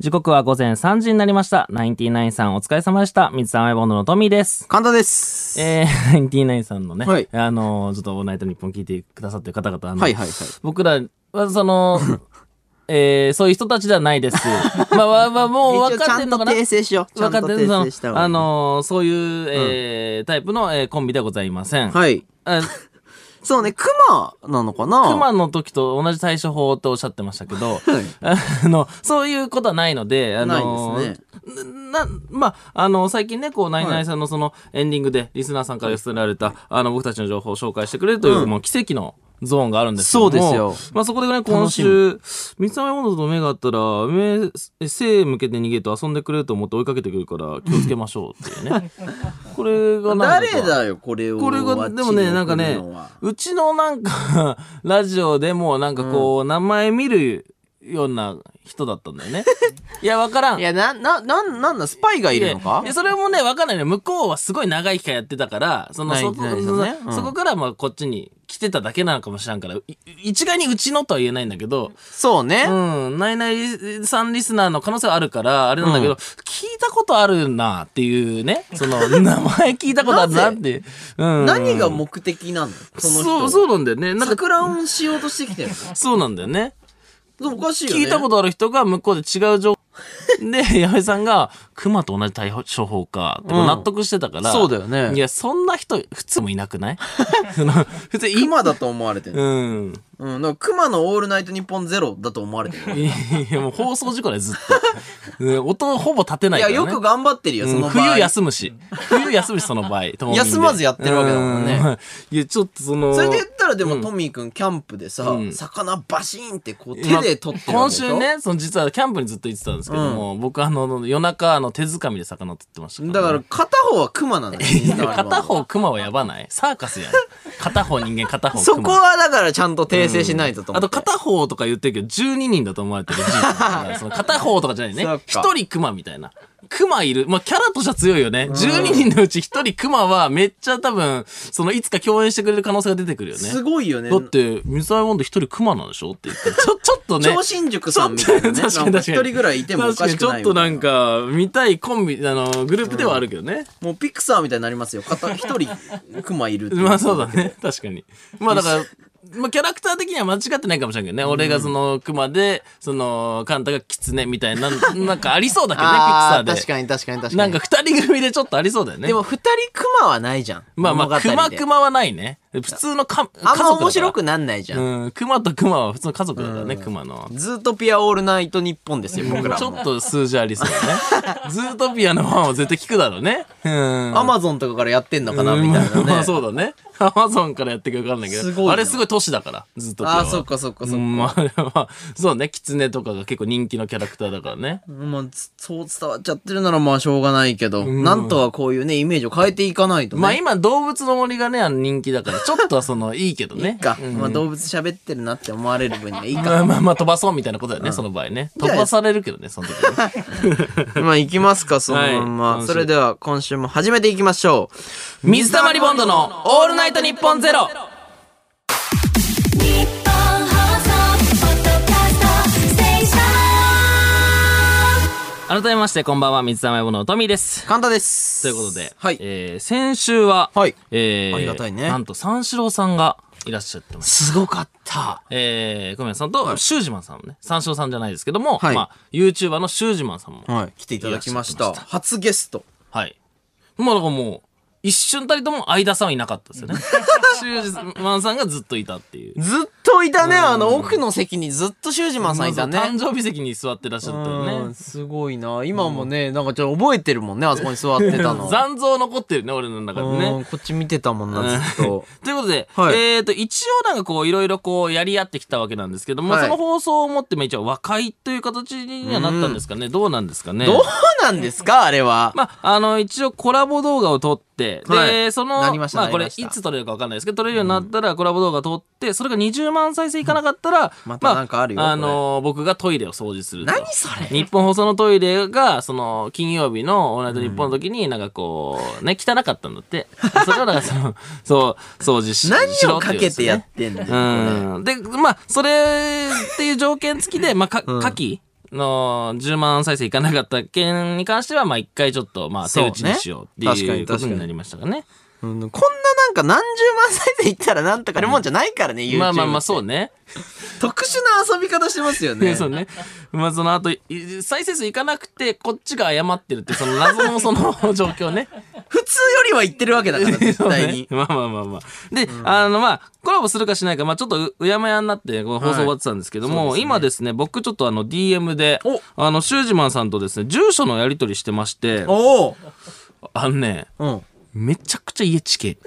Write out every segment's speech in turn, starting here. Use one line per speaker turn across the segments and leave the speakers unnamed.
時刻は午前3時になりました。ナインティナインさんお疲れ様でした。水溜りボンドのトミーです。
神田です。
えー、ナインティナインさんのね、
はい
あのー、ちょっとオールナイトニッポン聞いてくださってる方々、あの、
はいはいはい。
僕らはその、 えー、そういう人たちではない です。まあ、わわもう分
一応ち
かっ
ゃ
てん
ん
の
と
かな
訂正しよう。ちゃ
分か
んと
ってる
訂正し
そ
た方
の、
がい
あ
い
のー、そういう、えータイプの、えーコンビではございません。
はい。
あ
そうね、熊なのかな
クマの時と同じ対処法とおっしゃってましたけ ど、あの、そういうことはないので、あの、
ないです
な、まあ、あの、最近ね、こう、ナイナイさんのそのエンディングで、リスナーさんから寄せられた、あの、僕たちの情報を紹介してくれるという、
うん
もう奇跡のゾーンがあるんですけども
そうですよ。
まあ、そこでね、今週、三つ目温度と目があったら、目、え背向けて逃げると遊んでくれると思って追いかけてくるから、気をつけましょうっていう ね。これがなんか
誰だよ、これを。
これが、でもね、なんかね、うちのなんか、 ラジオでもなんかこう、名前見るような人だったんだよね。 いや、わからん。
いや、な、な、なん、なんだ、スパイがいるのか
いやそれもね、わかんないね。向こうはすごい長い期間やってたから、その、
ない
そこ、
ないですよねうん
そこからまあこっちに来てただけなのかもしらんから、い一概にうちのとは言えないんだけど、
そうね。
うん、ナイナイさんリスナーの可能性はあるから、あれなんだけど、
うん
聞いたことあるなっていうね、その、名前聞いたことあるなっていう。うん。
何が目的なのその人
そ
は。
う、そうなんだよね。なんか、
桜音しようとしてきてる
そうなんだよね。
のおかしいよね。
聞いたことある人が向こうで違う情報 で、矢部さんが、熊と同じ対処法か、って
うん
納得してたから、
そうだよね
いや、そんな人、普通もいなく ないその普通い、
熊だと思われてる。
うん。
うん。だから熊のオールナイトニッポンゼロだと思われてる。
いや、もう放送事故だよ、ずっと。ね音ほぼ立てないいか
や、
ら、ね。
よく頑張ってるよ、そ
うん
の場合。
冬休むし。冬休むし、その場 合。ともみんで
休まずやってるわけだもんね。
ういや、ちょっとその、
それで言ったらでも、
うん
トミーくんキャンプでさ、
うん
魚バシーンってこう手
今
で取ってるわ
今
けでしょ
週ね、その実はキャンプにずっと行ってたんですけども、僕あの、夜中、あの、手づかみで魚取ってましたからね、
だから片方はクマなんだよ
いや
水溜りボンド
片方クマはやばないサーカスやん。片方人間、片方
そ
ク
こ
マ。
はだからちゃんと訂正しないとと思
あ
って、
と片方とか言ってるけど、12人だと思われてる その片方とかじゃない
そ
ね
っ。か
一人クマみたいな。クマいる。まあ、キャラとしては強いよね。12人のうち一人クマはめっちゃ多分、そのいつか共演してくれる可能性が出てくるよね。
すごいよね
だって、水溜りボンド一人クマなんでしょって言って。ちょ、ちょっとね。
超新塾さんみたいな
確
ね
かに確かに
なんか一人ぐらいいてもお
確か
か
にち
しく
ょ
な
っ
い
となん
みたい
か、見たいコンビ、あの、グループではあるけどね。
なもうピクサーみたいになりますよ片一人クマいるってい
まあそうだね。確かに。まあだから、まあキャラクター的には間違ってないかもしれんけどね。俺がその熊で、そのカンタがキツネみた いな、なんかありそうだけどね、ピクサ
あ
ー
ー
で。
確かに確かに確かに
なんか二人組でちょっとありそうだよね。
でも二人クマはないじゃん
まあまあ、
物
熊
語で
熊はないね。普通のか家
あん
族
ま面白く
な
なんないじゃん、
うん、熊と熊は普通の家族だからね、熊の。
ズートピアオールナイトニッポンですよ僕ら
ちょ
も
っと数字ありそう だね。ズートピアのファンは絶対聞くだろうね。うん。
アマゾンとかからやってんのかなみたい
うんま
な
あ
ね
そうだね。アマゾンからやってくるかわかんないけ
すごい
ど。
な
あれすごい都市だから、ずっと。
ああそっかそっかそっか、
うん、まあ、あれ は、そうね、狐とかが結構人気のキャラクターだからね。
まあ、つそう伝わっちゃってるならまあしょうがないけど、なんとかこういうね、イメージを変えていかないとね。
まあ今、動物の森がね、あの人気だから、ちょっとはその、いいけど ね。
か、
うん
まあ動物喋ってるなって思われる分にはいいか。
まあまあまあ飛ばそうみたいなことだよね、その場合ね。飛ばされるけどね、その時はね。
まあ行きますか、そのまんま。
はい
それでは今週も始めていきましょう。
水溜りボンドのオールナイトニッポンゼロ
日本放送ポッドキャストステーシ
改
ョ
めまして、こんばんは、水溜りボンドのトミーです。
簡単です。
ということで、
はい。
えー先週は、
はい
えー
ありがたいね
なんと三四郎さんがいらっしゃってます。
すごかった。
えー、小宮さんと、シュージマンさんもね、三四郎さんじゃないですけども、
はい
まあ、YouTuber のシュージマンさんも、
はい。来ていただきまし
いら
た。
っしゃっ
初ゲスト。
はい。まあだからもう、一瞬たりとも相田さんはいなかったですよ ね。シュージマンさんがずっといたっていう。
ずっといたね、あの奥の席にずっと修二マンさんいたね。
誕生日席に座ってらっしゃったよ
うん
ね。
すごいな。今もね、なんかちょっと覚えてるもんね、あそこに座って たの。
残像残ってるね、俺の中でね。
うんこっち見てたもんな、ずっと。
ということで、
はい
えっ、と、一応なんかこう、いろいろこう、やり合ってきたわけなんですけども、
はい
その放送をもって、まあ一応和解という形にはなったんですかね。どうなんですかね。
どうなんですかあれは。
まあ、あの、一応コラボ動画を撮って、で、
はい
その、
なりました
あこれ、
ないりました
つ撮れるかわかんないですけど、撮れるようになったらコラボ動画撮って、それが20万再生いかなかったら、
またなんかあるよ
あの、僕がトイレを掃除すると。
何それ
日本放送のトイレが、その、金曜日のオールナイト日本の時に、なんかこう、ね、汚かったんだって。それをだから、その、そう、掃除し
何
しろ
を
ってい
か
うんで
け
す
て
ね
やってんだよ。
うん。で、まあ、それっていう条件付きで、まあ、か、牡蠣の10万再生いかなかった件に関しては、まあ一回ちょっと、まあ手打ちにしようって
そうね
いう
確か
こ
に
とになりましたかね。
うんこんななんか何十万再生いったらなんとかあるもんじゃないからね、YouTube
まあまあまあ
う。
そうね。
特殊な遊び方してますよ ね。
そうね。まあその後、い再生数いかなくて、こっちが謝ってるって、その謎のその状況ね。。
普通よりは言ってるわけだから、絶対に
まあまあまあまあ。で、あのまあ、コラボするかしないか、まあちょっとううやまやになって、この放送終わってたんですけども、今ですね、僕ちょっとあの DM で
お、
あの、シュージマンさんとですね、住所のやり取りしてまして、
おお。
あのね、
うん。
めちゃくちゃ家近い。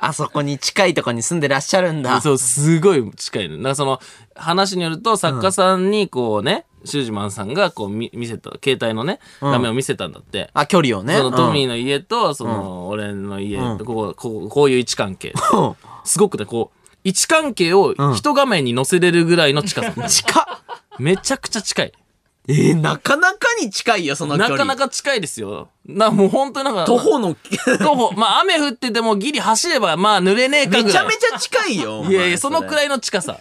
あそこに近いとこに住んでらっしゃるんだ。
そう、すごい近いの。なんかその、話によると、作家さんにこうね、シュージマンさんがこう見見せた、携帯のね、
ん
画面を見せたんだって。
あ、距離をね。
そのトミー
ー。
の家と、その、俺の家、
うん
こここう、こういう位置関係。
うん
すごくね、こう、位置関係を
うん
一画面に載せれるぐらいの近さ。
近っ
めちゃくちゃ近い。
えー、なかなかに近いよ、その距
な
離。
かなか近いですよ。な、もう本当になんか、
徒歩の、め
徒歩まあ雨降っててもギリ走れば、まあ濡れねえ かぐらい。
ちゃめちゃ近いよ。
いやいや、そのくら
い。
いの近さ。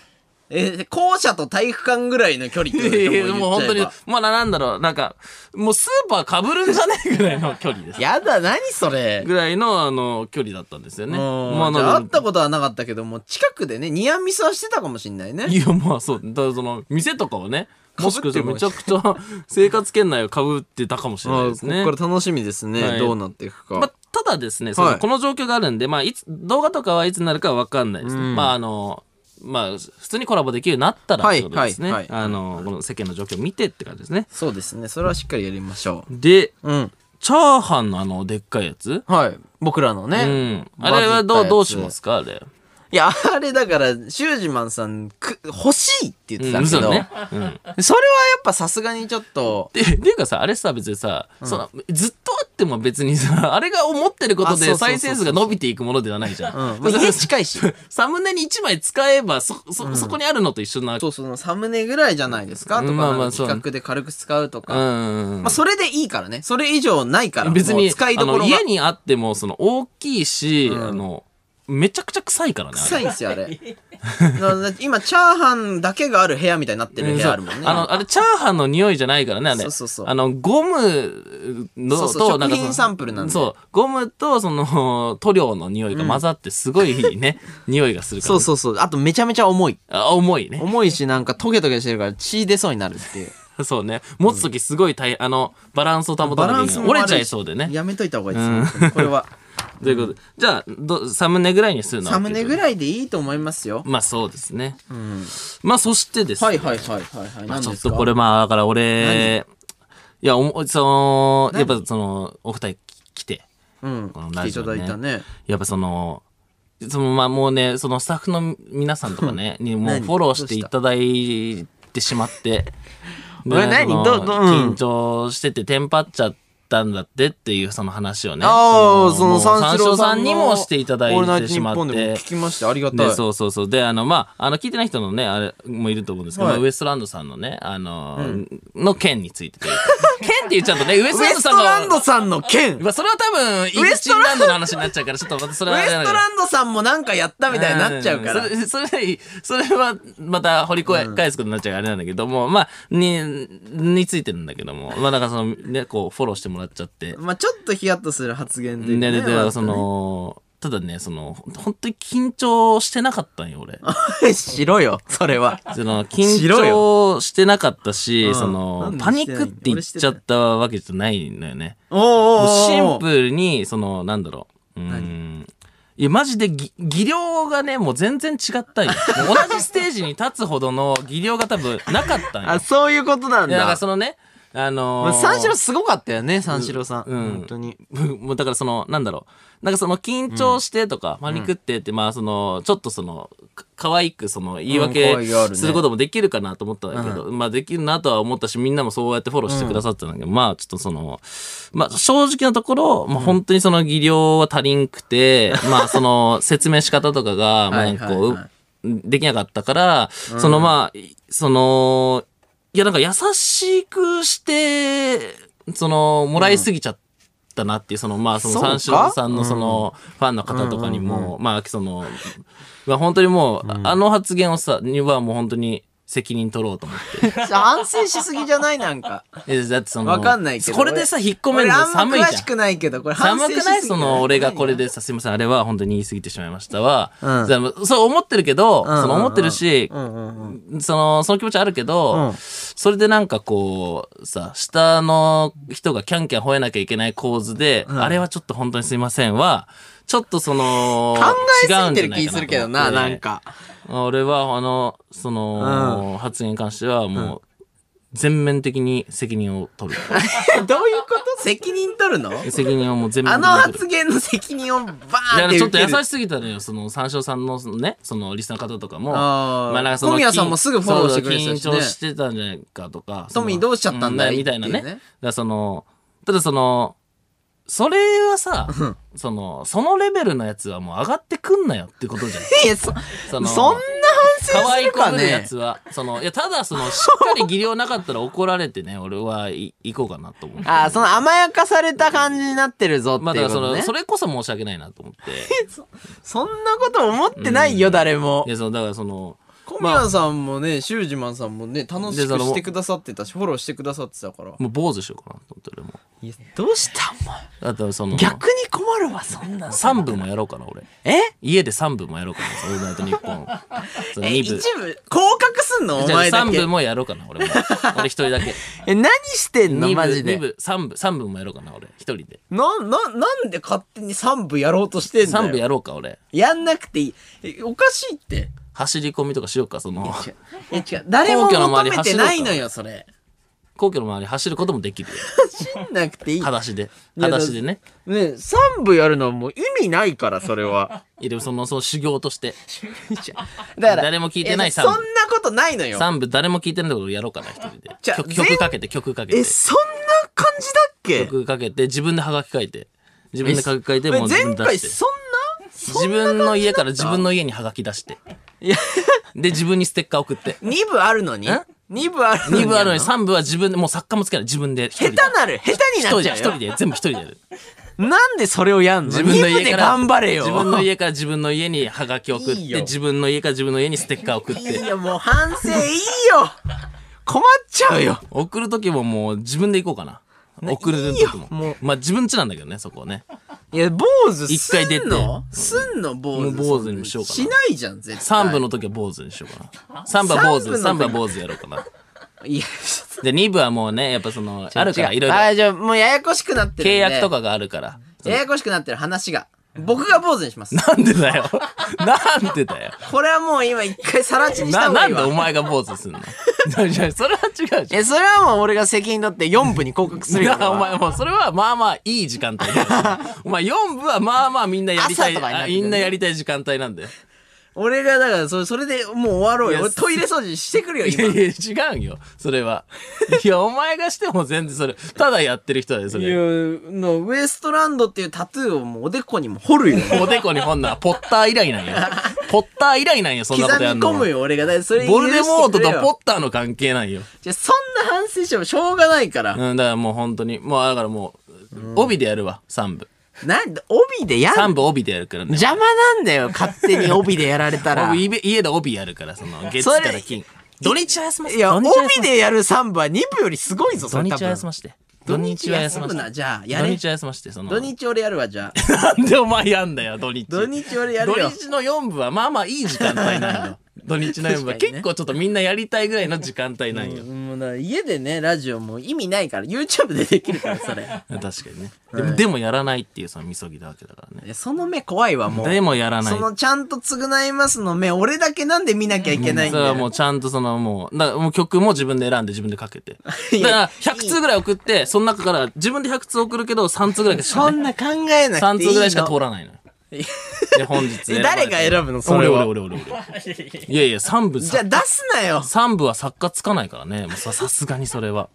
え、校舎と体育館ぐらいの距離って
い
こと
や
でしょ
いや、もう本当
言
に
っちゃ、
まあななんだろう、なんか、もうスーパーかぶるんじゃねえぐらいの距離で
えば
す。
やだ、何それ。
ぐらいの、あの、距離だったんですよね。
うん
まあ
じゃあ
な
会
ん
ったことはなかったけども、近くでね、ニアミスはしてたかもしんないね。
いや、まあそう、だからその、店とかはね、もしかしたら
被っ
めち
て
ゃ
ま
くちゃ生活圏内をかぶってたかもしれないですね。
あーここから楽しみですね、
はい
どうなっていくか。
まあ、ただですね、その
はい
この状況があるんで、まあ、いつ、動画とかはいつになるかは分かんないですね。
うん
まあ、あの、まあ、普通にコラボできるようになったらっ
はい
てことですね。
はいはい
あの、この世間の状況を見てって感じですね。
そうですね、それはしっかりやりましょ
で、
う。うん。
チャーハンのあの、でっかいやつ
はい。僕らのね。
うん。あれはどう、どうします
か
かあれ。
いや、あれだから、シュージマンさん、く欲しいって言っ
う
て
ん、
たけ
嘘
ど、
ね。うん。
それはやっぱさすがにちょっと、
で、っていうかさ、あれさ、別にさ、その、ずっとあっても別にさ、あれが思ってること
あそうそ
で
うそうそう
再生数が伸びていくものではないじゃ
う ん
ん。
まあ。家近いし。
サムネに1枚使えば、そ、そ、そこにあるのと一緒なわけ
そうそのサムネぐらいじゃないですかとか、
まあまあ
なんか企画で軽く使うとか。
うん。
まあそれでいいからね。それ以上ないから。
別
も
に
う使いどこ
あの
ろが
家。にあってもその大きいし、
ん
あのめちゃくちゃ臭いからねあれ
臭いんですよ、あれ。 な今、チャーハンだけがある部屋みたいになってる部屋あるもん
う
ね。
んあのあれチャーハンの匂いじゃないからねあれ
そうそうそう
あのゴムの
そうそう
となんかそ
食
の
品サンプルなんで
そうゴムとその 塗料の匂いが混ざってすごい ね、匂いがするから、
そうそうそう。あとめちゃめちゃ重い。
あ重いね
重いし、なんかトゲトゲしてるから血出そうになるっていう。
そうね持つ時すごい大変あの バランスを保たなきゃいけない折れちゃいそうでね
やめといた方がいいです、これは。
ということでじゃあどサムネぐらいにするのは
サムネぐ
い
らいでいいと思いますよ。
まあそうですね、まあそしてですね
はいはいはいはいはい。
まあ、
何
ちょ
で
っ
すか
とこれまあだから俺いやおもそのやっぱそのお二人来て
うん。
この
来
ラ
てい
ジ
た
オね
だいたね。
やっぱそのそのまあもうねそのスタッフの皆さんとかねにもう
何
フォローしていただいてしまって で
俺何
その
どどうん
緊張しててテンパっちゃったんだってっていうその話をね
ああ、その
もう
三四郎
さ
さ
ん
ん
にもしていただい
オールナイ
て
ト
し
ニ
ま
ッポ
っ
ンでも
て
聞きましてありがたい。
でそうそうそうであのまああの聞いてない人のねあれもいると思うんですけど、
はい
まあウエストランドさんのねあのーの件について というか件って言っちゃうとねウエス
ウ
トラン
エ
ド
ス
さ
ト
んの
ランドさんの件ウエ
まあそれは多分イグチンランドの話になっちゃうからちょっとまたそれは
ストランドさんもなんかやったみたいになっちゃうから。
んそれ、それ、それは、また掘り返すことになっちゃうからあれなんだけども、まあ、に、についてるんだけども、まあなんかその、ね、こう、フォローしてもらっちゃって、
まあちょっとヒヤッとする発言で。
ね、で、
ま
で、
あ
そ、の、ただね、その、ほん本当に緊張してなかったんよ、俺。
しろよ、それ は。
その
し
緊
ろ
張してなかったし、
うん
その
なんで
パニ
してない
ックって言っちゃったわけじゃないのよね。
おーおー
シ
お
ン
ー
プルにそのなんだろう。うーんいやマジでぎ技量がねもう全然違ったん よ。もう同じステージに立つほどの技量が多分なかったんよ。
あ、そういうことなん
でだから
だ。
そのねあの
ま
ー
あ三四郎すごかったよね、三四郎さん。
うん
本当に。
もうだからそのなんだろうなんかその緊張してとか、パニクってってまあそのちょっとそのか可愛くその言い
うん
訳
可愛いがあるね
することもできるかなと思ったんだけど、まあできるなとは思ったしみんなもそうやってフォローしてくださってたんだけど、まあちょっとそのまあ正直なところ、まあ、本当にその技量は足りんく て、まあその説明仕方とかがまあなんかこう
はいはいはい
できなかったから、そのまあ、いその、いやなんか優しくして、その、もらいすぎちゃったなっていう、そのまあ、その
そうか
三四郎さんのその、ファンの方とかにも、まあ、その、まあ本当にもう、あの発言をさ、にはもう本当に、責任取ろうと思って。
反省しすぎじゃないなんか。
えだってその、
わかんないけど。
これでさ、引っ込める
俺
の
あんま
寒い
詳
じゃ
し
ん。
くないけど、これ反省
寒
し
く
すぎ
ないその、俺がこれでさ、すいません、あれは本当に言い過ぎてしまいましたは、
うん
じゃあそう思ってるけど、
うんうんうん
その思ってるし
う、んうんうん。
その、その気持ちあるけど、
うん
それでなんかこう、さ、下の人がキャンキャン吠えなきゃいけない構図で、あれはちょっと本当にすいませんは、ちょっとその、
考えすぎてる
違うんじゃない
気
か
するけどな、
と思っ
な
て
ん。か。
俺は、あの、その、発言に関してはもう、全面的に責任を取る。
どういうこと責任取るの
責任をもう全面
あ
的
の
に取る
発。言の責任をバ
だ
ー
か
ンっ
らち
て
ょっと
受け
優
る
しすぎたのよ、その三照さんのそのね、そのリスナーの方とかも。
あー
まあなんかその
小宮さんもすぐフォローしてくれてたしね
そう緊張してたんじゃないかとか。その
トミーどうしちゃったんだい
みたいなね。
っていうね
だからその、ただその、それはさ、その、そのレベルのやつはもう上がってくんなよってこと じゃん。
いやそ
そ
そ
の
んな反省
可
す
愛い
る
子
か
ぶるや
ね
つは。その、いや、ただその、しっかり技量なかったら怒られてね、俺はい、行こうかなと思う。
ああその甘やかされた感じになってるぞ
まあ
って
だ
い
か
う
らそ
こと
の、
ね
それこそ申し訳ないなと思って。
そんなこと思ってないよ誰も
いや、その、だからその、
小宮さんもね修二マンさんもね楽し
でそ
く
の
してくださってたしフォローしてくださってたから
もう坊主しようかなと思って、俺も。
いやどうしたお前
あとその、
逆に困るわそ んなの
3部もやろうかな、俺。
え
家で3部もやろうかな、オールナイトニッポ ン。その
え
二
一
部。
部降格すんのお
じゃあ
前だ
3
け
部もやろうかな、 俺も。俺一人だけ。
え何してんの
2
マ
部、
ジ
二
で
部、3部、三部もやろうかな、俺。一人で。
なななんで勝手に3部やろうとしてんだよ
3部やろうか、俺。
やんなくていいえおかしいって
走り込みとかしようか、その、
いや違う誰も
皇居の
求
周り
め
走
て
ろうか
ないのよそれ
皇居の周り走ることもできるよ。
走んなくていい
裸足で。
いや
裸足でね。
ね3部やるのはもう意味ないからそ れは
いやその、その修行と して。
だから
誰も聞いてない
やそ
三部
んなことないのよ
3部、誰も聞いてないところやろうかな、一人で
じゃ。あ
曲
全
曲かけて、曲かけて
え。そんな感じだっけ
曲かけて、自分でハガキ書いて。自分で書き書いて、
え
もう自分
前
で出
回
して。
そん なそ
自分の家から自分の家にハガキ出して。
いや
で、自分にステッカー送って。
2部あるのに
ん
2部あるのに
2部あるのに
下
3部は自分で、もう作家もつけない。自分で一人
手
で。
なる下手になっちゃ
一
う
人
よ
で、一人で、全部一人でやる。
なんでそれをやんの
自分の
2部
家
で
から。
頑張れよ
自分の家から自分の家にハガキ送っ
いいよ
て、自分の家から自分の家にステッカー送っ
いい
て。
よもう反省いいよ困っちゃうよ
送る時ももう自分で行こうかな。送る時も。
もう
まあ自分家なんだけどね、そこはね。
いや、坊主すんの
一回出て
すんの坊
も
主。
う坊主にしようかな
しないじゃん、絶対。
3部の時は坊主にしようかな。3部は坊主、3部
三部の時
は坊主やろうかな。
いや、
で、2部はもうね、やっぱその、あるから、
違う
いろいろ。
あ、じゃあもうややこしくなってるん
契
で。
約と。かがあるから。
ややこしくなってる話が。僕が坊主にします。
なんで だよ。なんでだよ。
これはもう今一回さらちにした
な、
方が
ない
い
んでお
わ。
前が坊主 すんのいやそれは違うじゃ
え、それはもう俺が責任取って4部に降格す
ん。
るよ。
なお前もうそれはまあまあいい時間帯だよ お前4部はまあまあみんなやりたい、
朝とかになっ
あ
てくるね
みんなやりたい時間帯なんで。
俺がだからそれ、それでもう終わろうよ。
いや
俺トイレ掃除してくるよ、
いやい
今。
や違うんよ、それは。いや、お前がしても全然それ、ただやってる人だよ、そ
い
れ。
や、のウエストランドっていうタトゥーをもうおでこにも掘るよ。
おでこにほんならポッター以来なんよ。ポッター以来なんよ、 そん
刻み
なことやんの
込。むよ、俺が。だからそれ
ボルデモート
許して
と
くれよ
ポッターの関係なんよ。
じゃあそんな反省してもしょうがないから。
うん、だからもう本当に、もうだからもう、帯でやるわ、3部。
なんで、帯でやん
3部帯でやるからね。
邪魔なんだよ、勝手に帯でやられた ら。
帯
い
家家で帯やるからその月
そ
か
れ
ら金土日は休ませて
や、
土
帯
日は休ませて
でやる3部は2部よりすごいぞ、そ
土
れ多
日は
分。
休まして土日は休ま
土日休む
して
な、じゃあ、やれ。
土日は休ましてその
土日俺やるわ、じゃあ。
なんでお前やんだよ土日
土日俺やる よ
土。日の4部はまあまあいい時間 帯なんよ土日の4部は
確かにね
結構ちょっとみんなやりたいぐらいの時間帯なんよ
もうな家でね、ラジオもう意味ないから、YouTube でできるから、それ。
確かにねでもでもやらないっていうそのみそぎだわけだからね
えその目怖いわ、もう。
でもやらない
そのちゃんと償いますの目、俺だけなんで見なきゃいけないん
そ
だ
れ
よ。
はもうちゃんとそのもう、だからもう曲も自分で選んで自分でかけ て。
い
だ
や
から100通ぐらい送って、その中から自分で100通送るけど3通ぐらいしか
そんな考えな
3
くていいの。
通ぐらいしか通らないの よ。で、本日選ばれた。
誰が選ぶのそれは
俺、俺、俺、俺。俺いやいや、3部
じゃ
さ、
あ出すなよ。
三部は作家つかないからね。もうさ、さすがにそれは。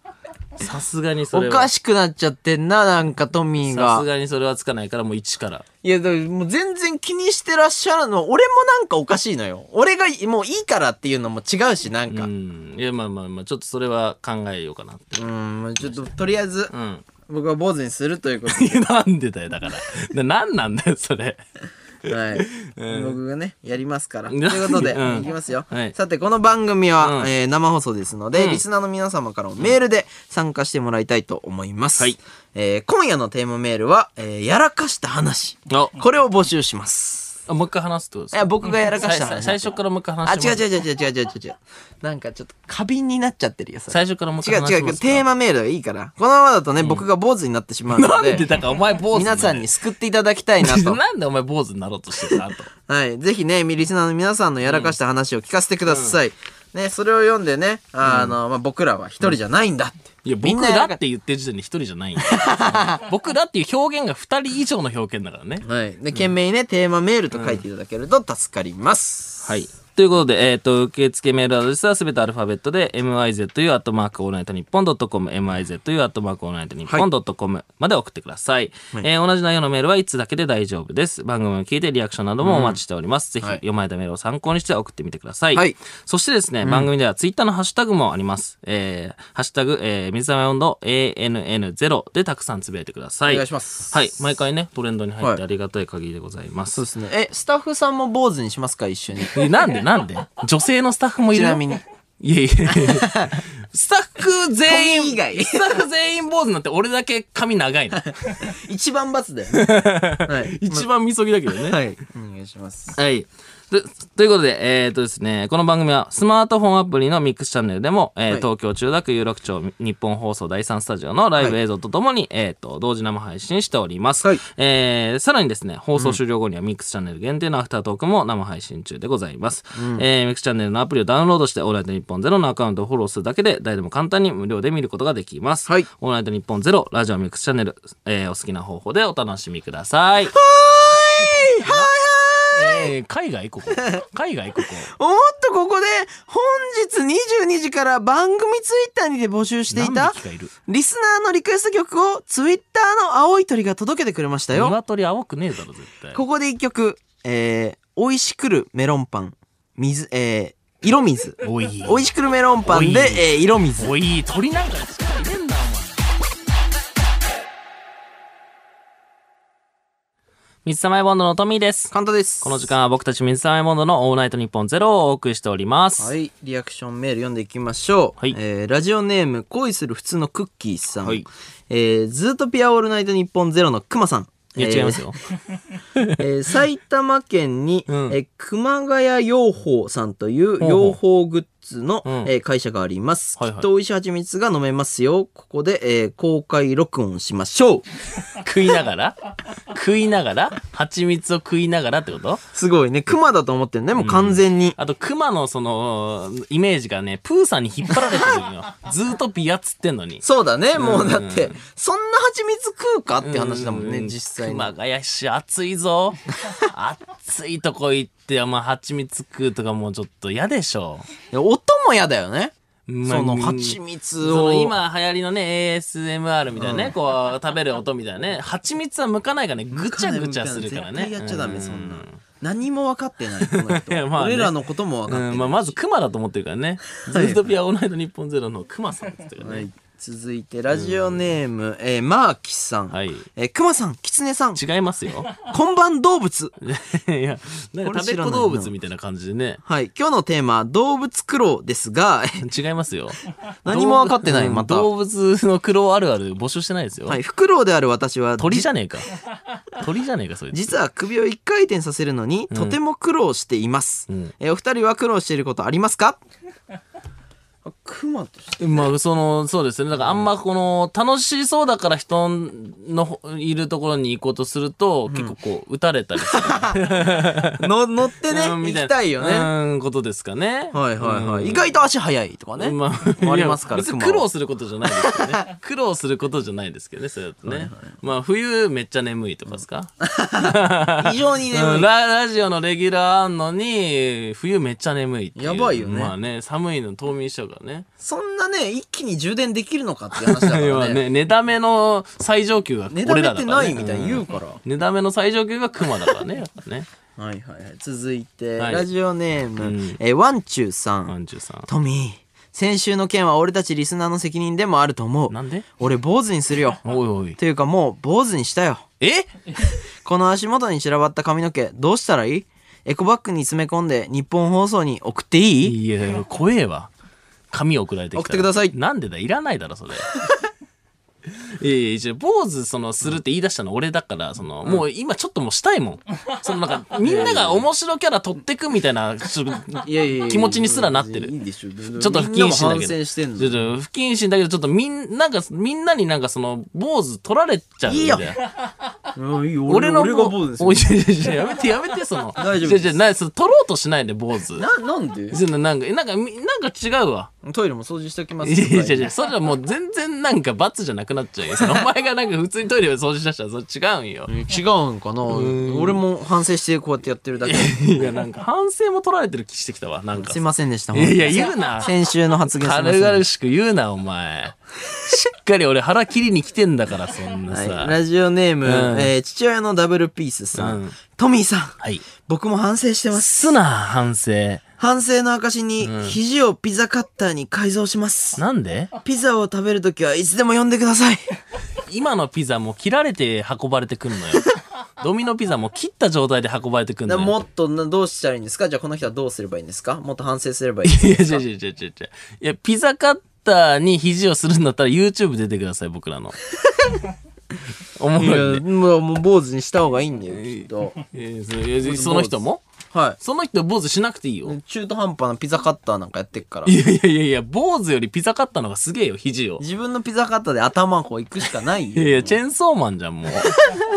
さすがにそれ
お
は。
かしくなっちゃってんな、なんかトミー
さ
が
す。がにそれはつかないから、もう1から。
いや、だからもう全然気にしてらっしゃるの、俺もなんかおかしいのよ。俺がもういいからっていうのも違うし、なんか。
う。
うん
いや、まあまあまあ、ちょっとそれは考えようかなって。
ーん、ちょっととりあえず
う、ん。
僕は坊主にするということで。
いやなんでだよ、だから。な、なんなんだよ、それ。
はい。僕がね、やりますから。と
うん
いうことで、
うん
いきますよ
はい。
さて、この番組
う
は、
ん
えー生放送ですので、
うん
リスナーの皆様からもメールで参加してもらいたいと思います
はい。
えー今夜のテーマメールは、えーやらかした話。
あ
これを募集します。
あもう一回話すってことです
い
か
や、僕がやらかした
さい
話。
最初からもう一回話し
あ、
ても
違
ら
う
う。
違う違う違う違う違う違う。なんかちょっと過敏になっちゃってるよ、それ
最初からもう一
違
回
う
話して
違
もら
う、テー
マ
マメールはいいから。このままだとね、僕が坊主になってしまうので。
なんでだからお前坊主
皆さん
に
に救っていただきたいな
なる
と。
なんでお前坊主になろうとしてるのあんた
はい。ぜひね、リスナーの皆さんのやらかした話を聞かせてください。ね、それを読んでね、ああの、まあ、僕らは一人じゃないんだって。
いや、
みん
僕
なや
ら
ら
っ
か
て言ってる時点で一人じゃ ないんだよ僕らっていう表現が二人以上の表現だからね。
はい。で、懸命にね、テーマメールと書いていただけると助かります。
はい。ということで、えっ、と、受付メールアドレスはすべてアルファベットで、mizu アットマークオールナイトニッポンドットコム、mizu アットマークオールナイトニッポンドットコムまで送ってください。えー同じ内容のメールはいつだけで大丈夫です。番組を聞いてリアクションなどもお待ちしております。ぜひ、
はい
読まれたメールを参考にして送ってみてください。
はい
そしてですね、番組ではツイッターのハッシュタグもあります。えー、ハッシュタグ、えー、水溜り温度 ANN0 でたくさんつぶやいてください。
お願いします
はい。毎回ね、トレンドに入っ
は
て
い
ありがたい限りでございます。
そうですね。え、スタッフさんも坊主にしますか一緒に。
えなんでなんで女性のスタッフもい
ち
るよ
なみに。
い やいやいやスタッフ全
トミー以
員
外
スタッフ全員坊主になって俺だけ髪長い の
一番罰だよね。はい。
一番みそぎだけどね
は
はい、
い。お願いします。
でということで、えー、とですね、この番組はスマートフォンアプリのミックスチャンネルでも、えー
はい
東京中田区有楽町日本放送第3スタジオのライブ映像とともに、えー、と、同時生配信しております。
はい
えーさらにですね、放送終了後にはミックスチャンネル限定のアフタートークも生配信中でございます。えーミックスチャンネルのアプリをダウンロードして、オールナイトニッポンゼロのアカウントをフォローするだけで、誰でも簡単に無料で見ることができます。
はい
オールナイトニッポンゼロ、ラジオミックスチャンネル、えーお好きな方法でお楽しみください。えー海外ここ。海外ここ。
おっとここで本日22時から番組ツイッターにて募集してい
何
た
匹かいる
リスナーのリクエスト曲をツイッターの青い鳥が届けてくれましたよ。
鶏青くねえだろ、絶対。
ここで一曲、えー、美味しくるメロンパン、水、えー、色水。
おい。
美味しくるメロンパン
お
で
い、
えー、色水。
おい、鳥なんかしっかり入れんな、お前。水溜りボンドのトミーです。
簡単です。
この時間は僕たち水溜りボンドのオールナイトニッポンゼロをお送りしております。
はい、リアクションメール読んでいきましょう。
はい
えーラジオネーム、恋する普通のクッキーさん。
はい
えー、ズートピアオールナイトニッポンゼロのクマさん。
いや、
え
違
ー
いますよ。
えー埼玉県に、
うん
えー熊谷養蜂さんとい
ほ
う
うほう
養蜂グッズの、
うん
えー会社があります、
はいはい
きっと美味しい蜂蜜が飲めますよここで、えー公開録音しましょう
食いながら食いながら蜂蜜を食いながらってこと
すごいね熊だと思ってるねもう完全に、
あと、熊のその、イメージがね、プーさんに引っ張られてるのよ。ずーっとピアっつってんのに。
そうだねもうだって、
う
そんな蜂蜜食うかって話だもんね、
う
実際に
熊谷市暑いぞ。 暑いとこ行って、まあ、蜂蜜食うとかもうちょっと嫌でしょ。
音も嫌だよね
まあ
その
みん
蜂蜜
そ
を
の今流行りのね、ASMR みたいなね、こう、食べる音みたいなね、蜂蜜は向かないからね、ぐちゃぐちゃするからね。
絶対やっちゃダメそんな
う
何も分かってないこの
いや
人、
まあね
俺らのことも分かってない、
うんまあ、まず熊だと思ってるからね。ズートピアオールナイト日本ゼロの熊さんって言ってるか
は
らね。
い、続いてラジオネーム、えーマーキさん、
はい
えー、クマさんキツネさん
違います よ。
こんばん動物
いや、なんか食べっ子動物みたいな感じでね。
はい今日のテーマは動物苦労ですが、
違いますよ。
何もわかってない
うん
また
動物の苦労あるある 募集してないですよ。
はい、フクロウである私は
鳥じ
ゃ
ゃねえか。鳥じゃねえか、そいつ。
実は首を一回転させるのにとても苦労しています、
うん
えーお二人は苦労していることありますかクマとして
まあ、その、そうですね。だからあんまこの、楽しそうだから人のいるところに行こうとすると、結構こう、撃たれたり する。
の乗ってね
うん
行きたいよね、
うん、ことですかね。
はいはいはい、
うん
意外と足早いとかね、
ま
ありますから
いや別に
熊は
苦労することじゃないですけどね苦労することじゃないですけどねそれだとね、まあ冬めっちゃ眠いとかですか、
非常に
う
眠
ん
い、
ララジオのレギュラーあんのに冬めっちゃ眠いってう
やばいよね
まあね寒いの冬眠しちゃうからね
そんなね一気に充電できるのかって話だか
要
ら
は
ね
ね寝だめの最上級が
ねだ
俺
め
ら
て
だから、
な
ね、
いみたいに
う
言
ん
うから。
寝だめの最上級が熊だからね やっぱね
はいはいはい。続いて、
はい
ラジオネーム、
うん
えーワンチューさん。
三十三
トミー、先週の件は俺たちリスナーの責任でもあると思う。
なんで
俺坊主にするよ。
おいおい
というかもう坊主にしたよ。
え
この足元に散らばった髪の毛、どうしたらいいエコバッグに詰め込んで日本放送に送っていい
いや、怖えわ。紙送られてきたら
送ってください
なんでだ、いらないだろ、それ。 いやいや一応坊主そのするって言い出したの俺だからその、もう今ちょっともうしたいもんそのなんかみんなが面白キャラ取ってくみたいなちょっと
いやいやいや
気持ちにすらなってる
いいでしょ。ちょ
ちょっと不謹慎だけど。
してんの
ちょっと不謹慎だけど、ちょっとみん、なんか、みんなになんかその、坊主取られちゃうんだよ。
いいようんいいよ
俺
俺
の、
の俺が坊主ですよ
おいやいやいややめて、やめて、その。
大丈夫です
じゃなそれ取ろうとしないで、坊主。
ななん で
そのなんか、なんか、みなんか違うわ。
トイレも掃除しておきます
いやいやいや、それはもう全然なんか罰じゃなくなっちゃうよ。そのお前がなんか普通にトイレで掃除しだしたら、それ違うんよ。
違うんかな俺も反省してこうやってやってるだけ
いや、なんか反省も取られてる気してきたわ、なんか
すい。ませんでした
いやいや、言うな。
先週の発言すいませ
軽
ん
々しく言うな、お前。しっかり俺腹切りに来てんだから、そんな
はい
さ。
ラジオネーム、
ん
えー父親のダブルピースさん、
うん
トミーさん
はい。
僕も反省してます
すな、反省。
反省の証に肘をピザカッターに改造します、
なんで
ピザを食べるときはいつでも呼んでくだ さい
今のピザもう切られて運ばれてくんのよ。ドミノピザも切った状態で運ばれてくんの
だ
よ。
もっとなどうしたらいいんですかじゃあこの人はどうすればいいんですかもっと反省すれ ばいい
いや、違う違う違う違う違う。いや、ピザカッターに肘をするんだったら YouTube 出てください、僕らの。おも
い
ろい
や
ね。
もうもう坊主にした方がいいんだよきっ と
いやそいやその人も
は
その人坊主しなくていいよ
い。中途半端なピザカッターなんかやってっから
いやいやいやいや、坊主よりピザカッターの方がすげえよ、肘を。
自分のピザカッターで頭こういくしかない
いや
よ
いや、チェーンソーマンじゃん、もう。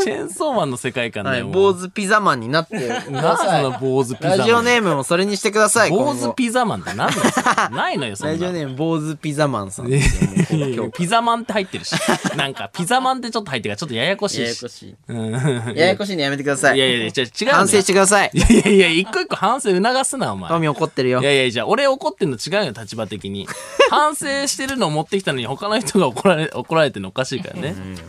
チェーンソーマンの世界観
は
だ
い、
よ、もう
坊主ピザマンになってくださ
ないんその坊主ピザマン
ラジオネームもそれにしてください
坊
今
主
後
ピザマンって何なのそ れないのよ、そんな。
ラジオネーム坊主ピザマンさんですよもうこの
いや
今日
ピザマンって入ってる し。なんか、ピザマンってちょっと入ってるから、ちょっとややこし
や
い
や
し
こ。しい
うん
ややこしいのやめてください
いやいやいや、じゃあ違うのよ。
反省してください
いやいやいや、一個一個反省促すな、お前。
トミー怒ってるよ
いやいや、じゃあ俺怒ってんの違うよ、立場的に。反省してるのを持ってきたのに他の人が怒られ、怒られてるのおかしいからね。うん、ど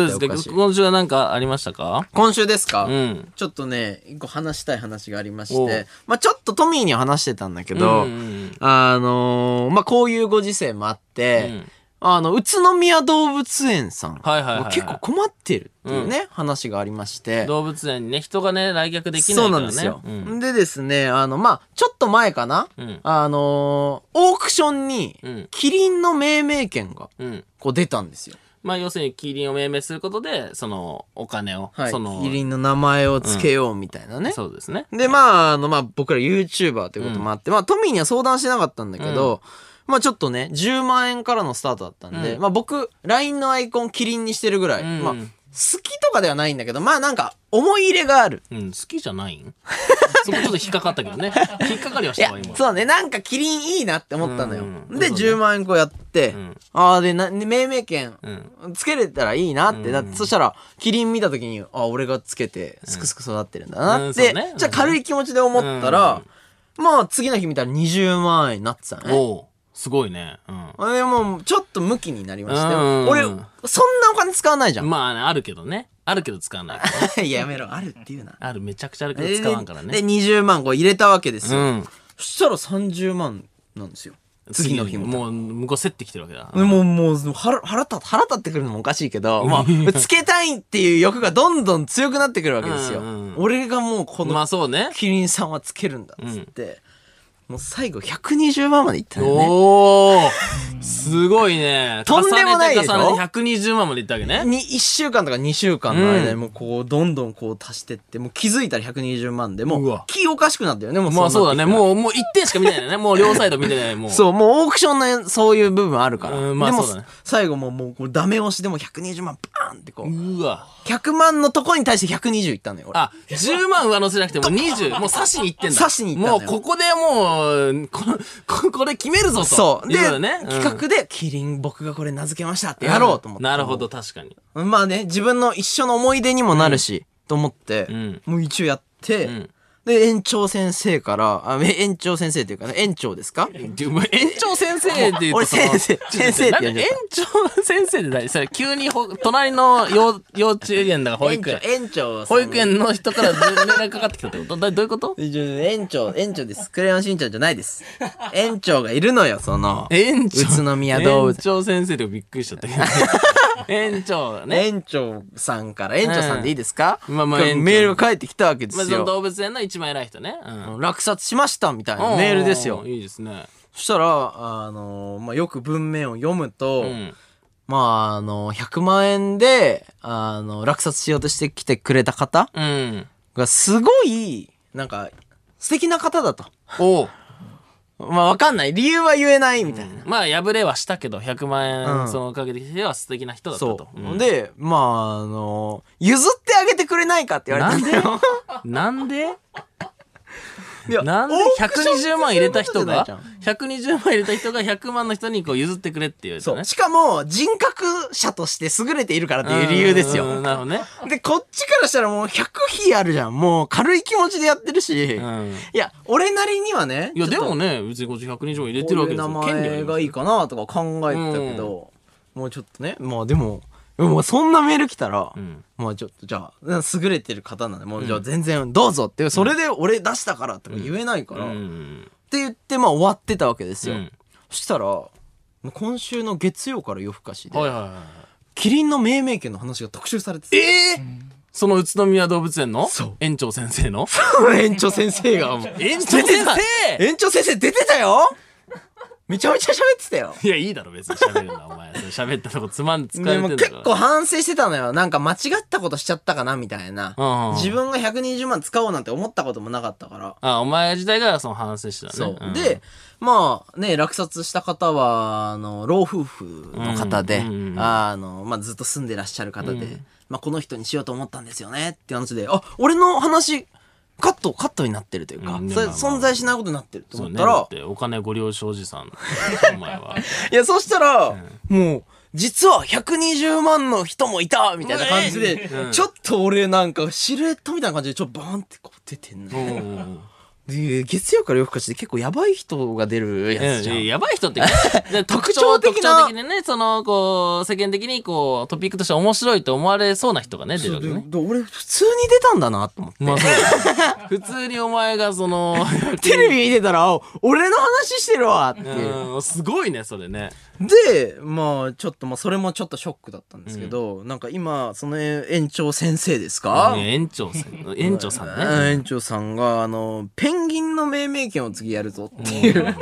う
おか
で
し
す
い
か今週は何かありましたか
今週ですか、
うん
ちょっとね一個話したい話がありまし
お
て
う、
まあ、ちょっとトミーには話してたんだけど、
うんうんうん
あのーまあこういうご時世もあって、
うん
あの宇都宮動物園さん、
はいはいはいはい
結構困ってるっていうね、話がありまして。
動物園にね、人がね、来客できな
そう
いか
な
らね。
んですよ、
うん
でですねあのまあちょっと前かな、
うん
あのーオークションに
うん
キリンの命名権が
うん。
こう出たんですよ。
まあ、要するに、キリンを命名することで、その、お金を、
はい、
その、
キリンの名前をつけようみたいなね、
そうですね。
で、まあ、あの、まあ、僕ら YouTuber ということもあって、まあ、トミーには相談してなかったんだけど、まあ、ちょっとね、10万円からのスタートだったんで、
うん
まあ、僕、LINE のアイコンキリンにしてるぐらい、
うん
まあ、好きとかではないんだけど、まあ、なんか、思い入れがある。
うん、好きじゃない んそこちょっと引っかかったけどね。引っかかりはし
い
た
や
わ、今。、
そうね、なんかキリンいいなって思ったのよ。
うん
で、
そうね
10万円こうやって、
ん
ああ、で、な、命名権、
ん
つけれたらいいなって。だってそしたら、キリン見た時に、あ、俺がつけて、すくすく育ってるんだ
う
なっ
んそ
て、
うね
じゃあ軽い気持ちで思ったら、まあ、次の日見たら20万円になってたのね。
おうすごいね。うん。
あれもう、ちょっとムキになりまして、
うん
俺、そんなお金使わないじゃん。
まあね、あるけどね。あるけど使わないから。
いややめろ、あるっていうな。
ある、めちゃくちゃあるけど 使わんから
で、
ね。
で20万こう入れたわけです
う
よ。
ん。
そしたら30万なんですよ。次の日も。
もう、向こう競ってきてるわけだ。
でもう、もう、腹、腹立っ、腹立ってくるのもおかしい けど、まあ、つけたいっていう欲がどんどん強くなってくるわけですよ。
うんうん
俺がもうこ
ま
の
あそうね。
キリンさんはつけるんだっつって、もう最後120万までいったよね。
おおすごいね。
とんでもないでしょ
重ねて重ねて120万までいったわけね。
に1週間とか2週間の間に
うん
もうこうどんどんこう足してってもう気づいたら120万でも
う
う
わ
気おかしくなったよねもう
まあそうだね。
う
もう、もう一点しか見てないね。もう両サイド見てない。もう。
そうもうオークションのそういう部分あるから、
うんまあ
でも
そうだね
最後もうもうこうダメ押しでもう120万バーンってこう
うわ。
100万のとこに対して120いったのよ俺
あ、10万上乗せなくても20、もう刺しに行ってんだ。
刺しに行ったん
もう
だよ
ここでもう、この、 ここれ決めるぞと。
そう。で
いうこと、ね、
企画で、キリン僕がこれ名付けましたってやろうと思って。
んなるほど、確かに。
まあね、自分の一生の思い出にもなるし、と思って、
ん
もう一応やって、
ん
で、園長先生から、あ、え園長先生っていうかね、園長ですか
でも園長先生って言うとその
俺先生
ちょっと待って
先生って呼ん
な
じゃ
ん
っ
か園長先生って何それ急にほ隣の幼幼稚園だから保
園
育
長
園、。
園長さん
保育園の人から連絡かかってきたってことだどういうこと
えちょ園長、園長です。クレヨンしんちゃんじゃな いです。園長がいるのよ、その。
園長。
宇都宮動
園
物
長先生でびっくりしちゃったけど。園長ね。
園長さんから、園長さんでいいですか、
うんまあまあ
これ
園長
メールが返ってきたわけで
まあ、
す
その
よ。
動物園の一番偉い人ね。うん
落札しましたみたいなメールですよ
うん。いいですね。
そしたら、あの、まあ、よく文面を読むと、
うん。
まあ、あの、100万円で、あの、落札しようとしてきてくれた方
うん。
が、すごい、なんか、素敵な方だと。
おう
まあ、わかんない。理由は言えないみたいな。
まあ、破れはしたけど、100万
う
円、
ん
そのおかげでは素敵な人だった
そ
と。
う、
うん
で、まあ、あの、譲ってあげてくれないかって言わ
なん
れたん
で
だよ。
なんで
いや
なんで
オークションって
120万入れた人が
そういうことじゃない、
120万入れた人が100万の人にこう譲ってくれって言われ
じ
た
ゃんそう。
ね。
しかも、人格者として優れているからっていう理由です
うんうんうん
よ。
なるほどね。
で、こっちからしたらもう100比あるじゃん。もう軽い気持ちでやってるし。
うん。
いや、俺なりにはね。
いや、
ち
で
ょっと
もね、別にこっち120万入れ
こ
てるわ
う
け
いう
です
名
よ。権利あ
前
りま
が
す
いいかなとか考えてたけど、もうちょっとね、まあでも、もうそんなメール来たら、
ん
まあちょっとじゃあ、優れてる方なんで、もうじゃあ全然どうぞって、それで俺出したからとか言えないから、
う
って
ん。
言ってまあ終わってたわけですよ。
うん
そしたら、もう今週の月曜から夜更かしで、
はいはいはい。
キリンの命名権の話が特集されてて、
ええその宇都宮動物園の
そう
園長先生 の
園長先生が、もう
園長先生
園長先生出てた よめちゃめちゃ喋ってたよ
いや、いいだろ、別に喋るな、お前。それ喋ったとこつまん、疲
で
れ
も
てんだ
結
から。
構反省してたのよ。なんか間違ったことしちゃったかなみたいな
うんうん。
自分が120万使おうなんて思ったこともなかったから。
あ、お前自体がその反省してたね。
そう。
ん
で、、まあね、落札した方は、あの、老夫婦の方で、
うんうんうん
あの、まあずっと住んでらっしゃる方で、まあこの人にしようと思ったんですよねっていう話で、あ、俺の話、カット、カットになってるというか、
うん
それ
まあまあ
存在しないことになってると
そう
思っ
ね。
た
だ
ら
っ、て、お金ご了承おじさん。 お前は。
いや、そしたら、もう、実は120万の人もいたみたいな感じで、ちょっと俺なんかシルエットみたいな感じでちょっとバーンってこう出てんの。
うん。
で、月曜から夜更かしで結構やばい人が出るやつじゃん。
やばい人ってい うか、で特徴
徴的
特
な
徴的にね、その、こう、世間的に、こう、トピックとして面白いと思われそうな人がね、出る
そう
わけ
で
ね。
で俺普通に出たんだなと思って。
まあそうだ ね普通にお前がその、
テレビ見てたら、あ俺の話してるわって。
うん、すごいね、それね。
で、まあちょっと、まあそれもちょっとショックだったんですけど、なんか今、その園長先生ですか、
ね園長さん、園長さんね。
うん園長さんが、あの、ペンギンの命名権を次やるぞっていう。